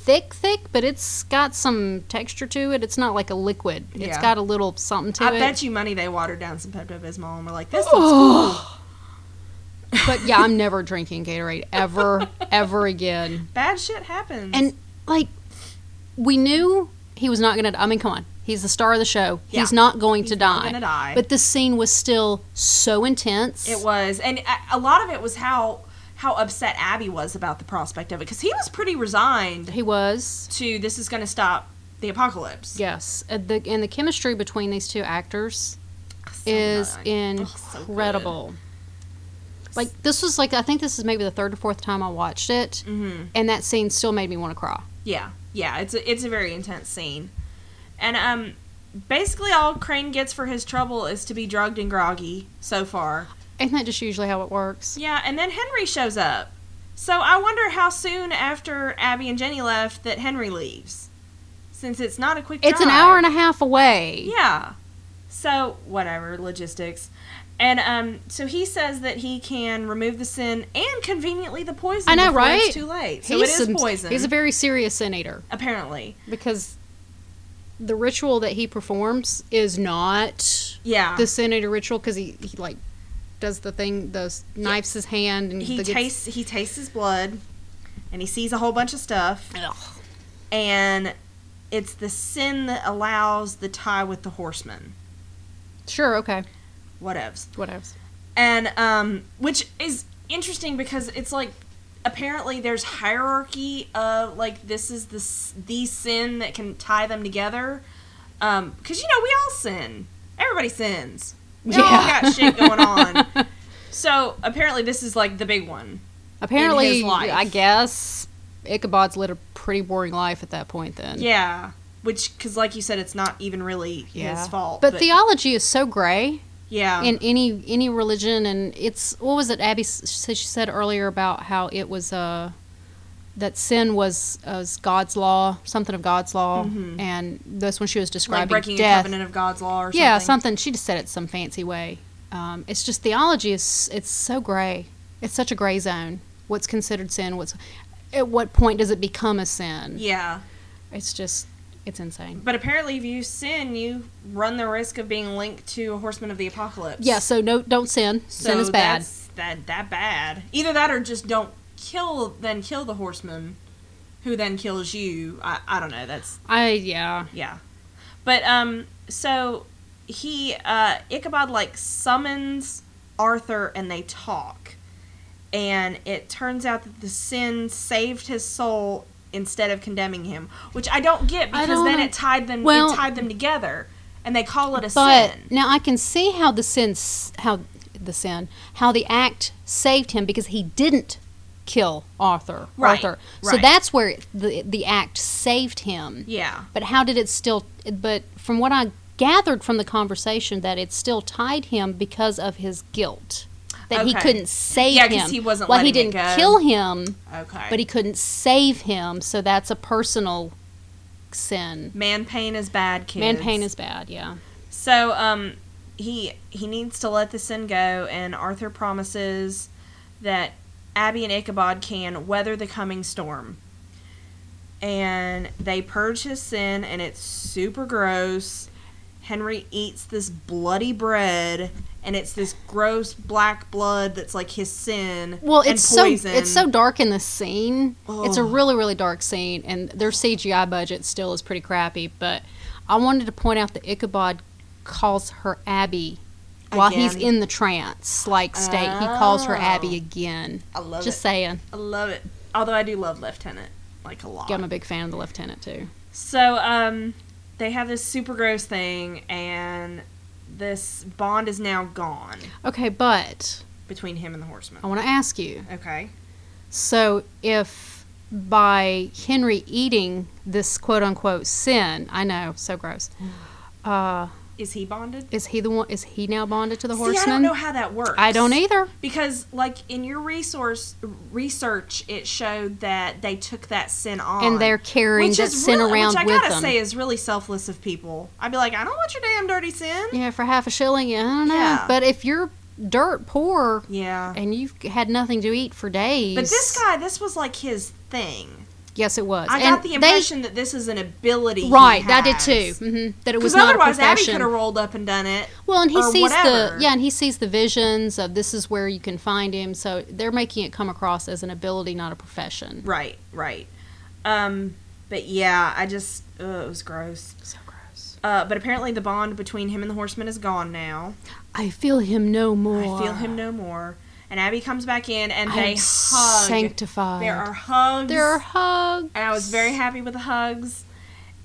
S2: thick, thick, but it's got some texture to it. It's not like a liquid. It's
S1: Yeah.
S2: got a little something to
S1: I
S2: it.
S1: bet you money they watered down some Pepto Bismol and were like, this looks cool.
S2: Oh. but yeah, I'm never drinking Gatorade ever, ever again.
S1: Bad shit happens.
S2: And like, we knew he was not going to. I mean, come on, he's the star of the show.
S1: Yeah.
S2: He's not going
S1: He's
S2: to
S1: not
S2: die.
S1: gonna die.
S2: But this scene was still so intense.
S1: It was, and uh, a- a lot of it was how how upset Abby was about the prospect of it because he was pretty resigned
S2: He was.
S1: to this is going to stop the apocalypse.
S2: Yes, and the and the chemistry between these two actors
S1: So nice.
S2: is
S1: Oh, so good.
S2: incredible. like this was like I think this is maybe the third or fourth time I watched it,
S1: Mhm.
S2: and that scene still made me want to cry.
S1: Yeah, yeah. It's a, it's a very intense scene, and um, basically all Crane gets for his trouble is to be drugged and groggy so far.
S2: Isn't that just usually how it works?
S1: Yeah, and then Henry shows up. So I wonder how soon after Abby and Jenny left that Henry leaves, since it's not a quick.
S2: It's an
S1: drive.
S2: hour and a half away.
S1: Yeah. So whatever logistics, and um, so he says that he can remove the sin and conveniently the poison.
S2: I know,
S1: before
S2: right?
S1: It's too late. So it is
S2: some-
S1: poison.
S2: He's a very serious sin eater
S1: apparently.
S2: because the ritual that he performs is not
S1: Yeah.
S2: the sin eater ritual because he, he like does the thing, those knifes his hand and
S1: he
S2: the gets-
S1: tastes he tastes his blood, and he sees a whole bunch of stuff,
S2: Ugh.
S1: and it's the sin that allows the tie with the horseman.
S2: Sure, okay,
S1: Whatevs.
S2: whatever.
S1: and um, which is interesting because it's like apparently there's hierarchy of like this is the s- the sin that can tie them together because you know we all sin everybody sins we all
S2: Yeah.
S1: got shit going on so apparently this is like the big one
S2: Apparently,
S1: his life.
S2: I guess Ichabod's led a pretty boring life at that point. Then,
S1: yeah which because like you said it's not even really
S2: Yeah.
S1: his fault Uh-huh.
S2: But, theology is so gray
S1: yeah
S2: in any any religion, and it's what was it? Abby s- said she said earlier about how it was uh, that sin was was God's law, something of God's law, and that's when she was
S1: Mm-hmm. like
S2: describing
S1: breaking a
S2: death.
S1: covenant of god's law or something
S2: yeah, something. She just said it some fancy way. Um, it's just theology is it's so gray. It's such a gray zone. What's considered sin? What's at what point does it become a sin?
S1: yeah
S2: It's just it's insane.
S1: But apparently, if you sin, you run the risk of being linked to a horseman of the apocalypse.
S2: Yeah, so no don't sin.
S1: so
S2: sin is bad.
S1: That's that that bad. Either that, or just don't kill. Then kill the horseman, who then kills you. I I don't know. That's
S2: I yeah.
S1: yeah. But um, so he uh Ichabod like summons Arthur, and they talk, and it turns out that the sin saved his soul instead of condemning him, which I don't get
S2: I
S1: because
S2: don't
S1: then
S2: know.
S1: it tied them
S2: Well-
S1: it tied them together, and they call it a
S2: But
S1: sin.
S2: now I can see how the sin s- how the sin how the act saved him because he didn't kill Arthur.
S1: Right,
S2: Arthur. So
S1: right.
S2: that's where it, the the act saved him.
S1: Yeah,
S2: But how did it still? But from what I gathered from the conversation, that it still tied him because of his guilt. That he
S1: Okay.
S2: couldn't save
S1: Yeah,
S2: him.
S1: 'cause he wasn't
S2: Well, he
S1: letting it
S2: didn't
S1: go.
S2: kill him,
S1: okay.
S2: but he couldn't save him. So that's a personal sin.
S1: man pain is bad, kids.
S2: Man, pain is bad. Yeah.
S1: So um he he needs to let the sin go and Arthur promises that Abby and Ichabod can weather the coming storm. And they purge his sin and it's super gross. Henry eats this bloody bread and it's this gross black blood that's like his sin.
S2: Well,
S1: and
S2: it's so
S1: poison.
S2: it's so dark in this scene. It's a
S1: Ugh.
S2: really really dark scene, and their CGI budget still is pretty crappy. But I wanted to point out that Ichabod calls her Abby while he's
S1: Again.
S2: in the trance like state. He calls her
S1: Oh.
S2: Abby again.
S1: I love
S2: Just
S1: it.
S2: saying,
S1: I love it. Although I do love Lieutenant like a lot.
S2: I'm a big fan of the lieutenant too.
S1: So, um, they have this super gross thing, and this bond is now gone
S2: Okay, but
S1: between him and the horseman.
S2: I want to ask you.
S1: Okay.
S2: So if by Henry eating this quote unquote sin. I know, so gross. Uh,
S1: Is he bonded?
S2: is he the one? Is he now bonded to the
S1: See,
S2: horseman?
S1: I don't know how that works.
S2: I don't either.
S1: Because, like in your resource research, it showed that they took that sin on,
S2: And they're carrying
S1: which
S2: that
S1: is
S2: sin
S1: really-
S2: around
S1: Which I
S2: with
S1: gotta
S2: them.
S1: say is really selfless of people. I'd be like, I don't want your damn dirty sin.
S2: Yeah, for half a shilling, yeah, I don't know.
S1: Yeah.
S2: But if you're dirt poor
S1: Yeah.
S2: and you've had nothing to eat for days,
S1: But this guy, this was like his thing.
S2: yes, it was.
S1: I
S2: and
S1: got the impression that this is an ability.
S2: They,
S1: he
S2: right, I did
S1: has.
S2: too. hmm That it was
S1: Because
S2: not a
S1: otherwise, Abby could
S2: profession.
S1: have rolled up and done it.
S2: well, and he
S1: or
S2: sees
S1: whatever.
S2: the yeah, and he sees the visions of this is where you can find him. So they're making it come across as an ability, not a profession.
S1: Right, right. Um, but yeah, I just ugh, it was gross.
S2: So gross.
S1: Uh, but apparently, the bond between him and the horseman is gone now.
S2: I feel him no more.
S1: I feel him no more. And Abby comes back in, and
S2: I
S1: they
S2: am
S1: hug.
S2: sanctified.
S1: There are hugs.
S2: there are hugs.
S1: and I was very happy with the hugs.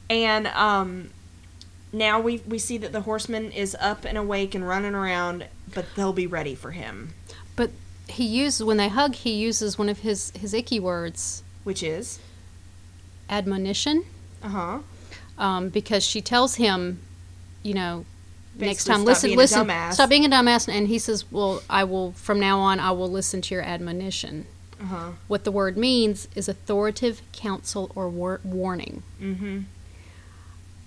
S1: And um, now we we see that the horseman is up and awake and running around, but they'll be ready for him,
S2: But he uses when they hug, he uses one of his his icky words,
S1: which is
S2: admonition.
S1: uh huh.
S2: um, because she tells him, you know, next
S1: Basically,
S2: time
S1: stop
S2: listen,
S1: being a
S2: listen,
S1: dumbass.
S2: stop being a dumbass, and he says, well, I will from now on, I will listen to your admonition.
S1: Uh huh.
S2: What the word means is authoritative counsel or war- warning.
S1: Mm-hmm.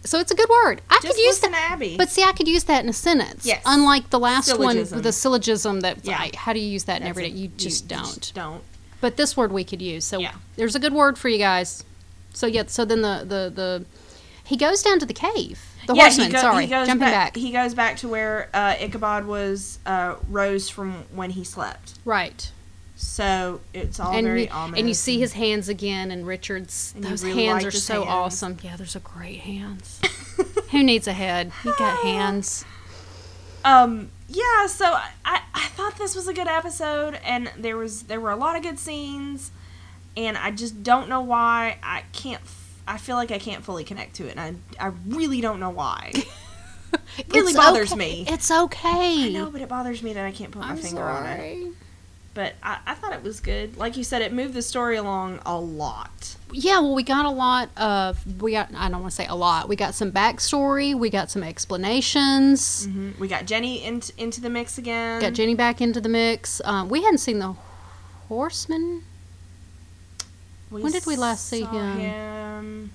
S2: So it's a good word. I
S1: Just
S2: could use
S1: listen
S2: that,
S1: to Abby.
S2: but see, I could use that in a sentence.
S1: Yes.
S2: Unlike the last
S1: Syllogism.
S2: one, the syllogism that
S1: Yeah.
S2: I- how do you use that in
S1: That's
S2: every day?
S1: it.
S2: You just don't.
S1: don't.
S2: But this word we could use. So
S1: Yeah.
S2: there's a good word for you guys. So yeah. So then the the the he goes down to the cave. The
S1: Yeah,
S2: horseman.
S1: he go-
S2: sorry,
S1: he goes
S2: jumping back.
S1: He goes back to where uh, Ichabod was uh, rose from when he slept.
S2: Right.
S1: So it's all
S2: and
S1: very
S2: you,
S1: ominous.
S2: and you see his hands again, and Richard's.
S1: And you
S2: those
S1: really
S2: hands
S1: like
S2: are
S1: his
S2: so
S1: hands.
S2: awesome. Yeah, those are great hands. Who needs a head? You
S1: Ah.
S2: got hands.
S1: um yeah so I, I i thought this was a good episode and there was there were a lot of good scenes and i just don't know why i can't f- i feel like i can't fully connect to it and i i really don't know why really
S2: It's
S1: bothers
S2: okay.
S1: me.
S2: It's okay.
S1: i know but it bothers me that i can't put my
S2: I'm
S1: finger on it
S2: sorry.
S1: but I, I thought it was good like you said it moved the story along a lot
S2: Yeah, well, we got a lot of we got. I don't want to say a lot. We got some backstory. We got some explanations.
S1: hmm we got jenny in, into the mix again
S2: Got Jenny back into the mix. Um, we hadn't seen the horseman.
S1: We
S2: When did we last see
S1: saw
S2: him?
S1: him?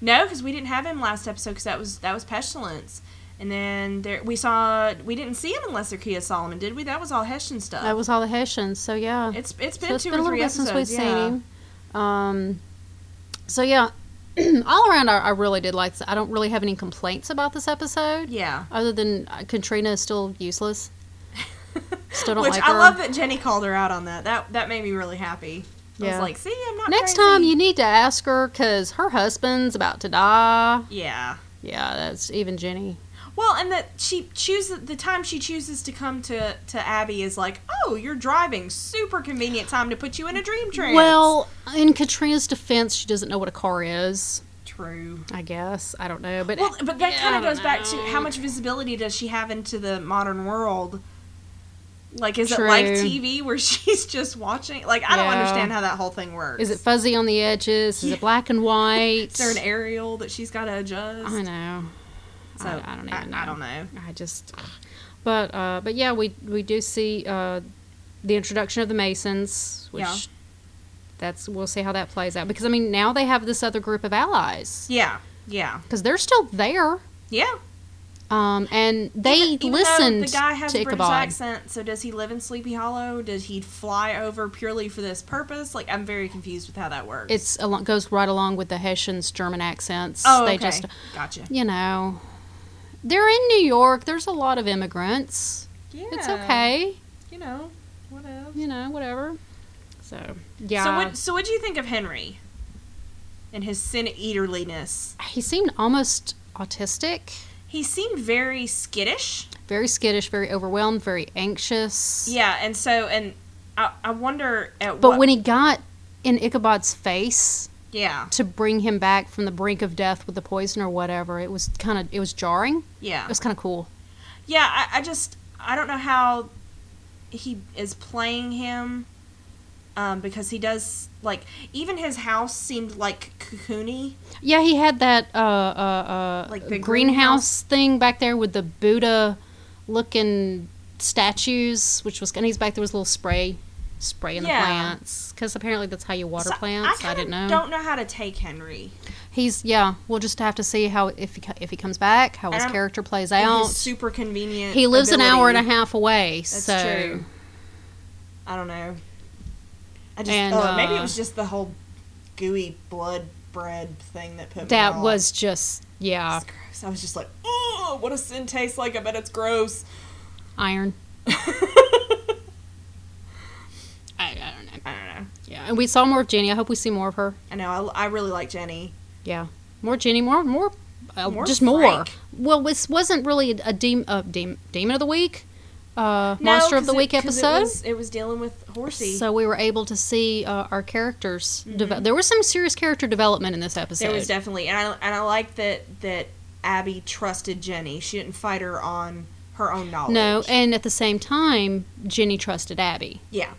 S1: No, because we didn't have him last episode because that was that was pestilence. And then there we saw we didn't see him in Lesser Key of Solomon, did we? That was all Hessian stuff.
S2: That was all the Hessians. So yeah,
S1: it's it's been
S2: so it's
S1: two
S2: been a
S1: or
S2: little
S1: three
S2: bit
S1: episodes.
S2: since we've
S1: yeah.
S2: seen him. Um, so yeah, all around, I, I really did like. This. I don't really have any complaints about this episode,
S1: Yeah.
S2: other than uh, Katrina is still useless. Still don't
S1: Which
S2: like
S1: I
S2: her.
S1: love that Jenny called her out on that. That that made me really happy. I was
S2: Yeah.
S1: like, see, I'm not
S2: Next
S1: crazy."
S2: time, you need to ask her because her husband's about to die.
S1: Yeah.
S2: Yeah, that's even Jenny.
S1: Well, and that she chooses the time she chooses to come to to Abby is like, oh, you're driving, super convenient time to put you in a dream trance.
S2: Well, in Katrina's defense, she doesn't know what a car is.
S1: true.
S2: I guess I don't know, but
S1: Well, but that
S2: Yeah,
S1: kind
S2: I
S1: of
S2: don't
S1: goes back to
S2: know.
S1: how much visibility does she have into the modern world? Like, is
S2: True.
S1: it like TV where she's just watching? Like, I don't
S2: Yeah.
S1: understand how that whole thing works.
S2: is it fuzzy on the edges? Is
S1: Yeah.
S2: it black and white?
S1: Is there an aerial that she's got to adjust?
S2: I know.
S1: So,
S2: I, I don't even know.
S1: I, don't know.
S2: I just, but uh, but yeah, we we do see uh, the introduction of the Masons, which
S1: Yeah.
S2: that's we'll see how that plays out because I mean now they have this other group of allies
S1: Yeah, yeah,
S2: because they're still there,
S1: yeah.
S2: um, and they
S1: Even though
S2: listened
S1: The guy has
S2: to
S1: a British
S2: Ichabod.
S1: accent, so does he live in Sleepy Hollow? Does he fly over purely for this purpose? Like, I'm very confused with how that works.
S2: It's along, goes right along with the Hessians' German accents.
S1: oh, okay.
S2: They just
S1: gotcha.
S2: you know they're in New York. There's a lot of immigrants.
S1: Yeah,
S2: It's okay,
S1: You know, whatever.
S2: you know whatever. So yeah.
S1: So what? So what do you think of Henry and his sin eaterliness?
S2: he seemed almost autistic,
S1: He seemed very skittish.
S2: very skittish, very overwhelmed, very anxious.
S1: Yeah, and so and I, I wonder at
S2: But
S1: what.
S2: when he got in Ichabod's face
S1: yeah,
S2: to bring him back from the brink of death with the poison or whatever, it was kind of it was jarring. It
S1: yeah,
S2: was kind of cool.
S1: yeah. I, I just I don't know how he is playing him um, because he does like even his house seemed like cocoony.
S2: Yeah, he had that uh, uh, uh,
S1: Like the
S2: greenhouse,
S1: greenhouse?
S2: thing back there with the Buddha looking statues, which was and he's back there with a little spray, spray in
S1: Yeah.
S2: the plants because apparently that's how you water
S1: So
S2: plants. I,
S1: kinda
S2: didn't know.
S1: Don't know how to take Henry.
S2: He's yeah. We'll just have to see how if he, co- if he comes back, how his
S1: And I'm-
S2: character plays
S1: And
S2: out.
S1: He's super convenient.
S2: He lives an hour and a
S1: ability.
S2: half away,
S1: That's
S2: so
S1: true. I don't know. I just
S2: And,
S1: oh, maybe it
S2: uh,
S1: was just the whole gooey blood bread thing that put me
S2: that
S1: off.
S2: was just yeah,
S1: It's gross. I was just like, oh, what does sin taste like? I bet it's gross.
S2: iron.
S1: I
S2: I, I don't know.
S1: don't know.
S2: Yeah, and we saw more of Jenny. I hope we see more of her.
S1: I know. I, I really like Jenny.
S2: Yeah, more Jenny, more more, uh,
S1: More
S2: just more.
S1: Frank.
S2: Well, this wasn't really a, dem- a dem- demon of the week, uh,
S1: No,
S2: monster of
S1: 'cause
S2: the
S1: it-
S2: week
S1: 'cause
S2: episode.
S1: It was, it was dealing with horsey.
S2: so we were able to see uh, our characters. Deve- there was some serious character development in this episode.
S1: Mm-hmm. there was definitely, and I and I like that that Abby trusted Jenny. She didn't fight her on her own knowledge.
S2: no, and at the same time, Jenny trusted Abby.
S1: yeah,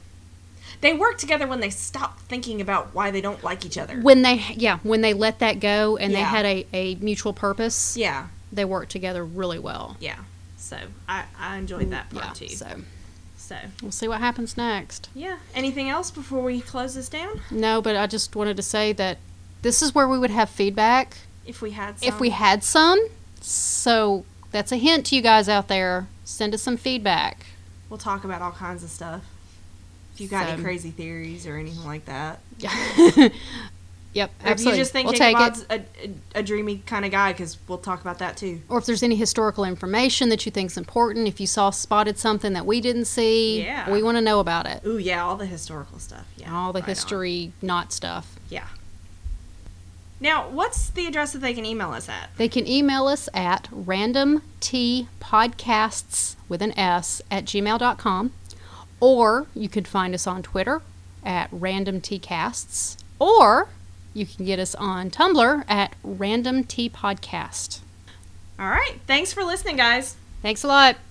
S1: they work together when they stop thinking about why they don't like each other.
S2: when they yeah when they let that go and they
S1: Yeah.
S2: had a, a mutual purpose
S1: yeah,
S2: they worked together really well
S1: yeah. So I I enjoyed that part
S2: yeah,
S1: too.
S2: so
S1: so
S2: we'll see what happens next
S1: yeah. Anything else before we close this down?
S2: no but i just wanted to say that this is where we would have feedback
S1: If we had some.
S2: if we had some so that's a hint to you guys out there send us some feedback
S1: We'll talk about all kinds of stuff. If you got any
S2: So-
S1: crazy theories or anything like that,
S2: yep
S1: or if you
S2: absolutely
S1: just think
S2: we'll take
S1: Jacob's
S2: it
S1: a, a, a dreamy kind of guy, because we'll talk about that too.
S2: or if there's any historical information that you think's important if you saw spotted something that we didn't see
S1: Yeah.
S2: we want to know about it
S1: Ooh, yeah, all the historical stuff. Yeah,
S2: all the
S1: right on.
S2: history not stuff
S1: Yeah. Now, what's the address that they can email us at?
S2: They can email us at randomtpodcasts with an S at gmail.com, or you could find us on Twitter at randomtcasts, or you can get us on Tumblr at randomtpodcast.
S1: All right. Thanks for listening, guys.
S2: Thanks a lot.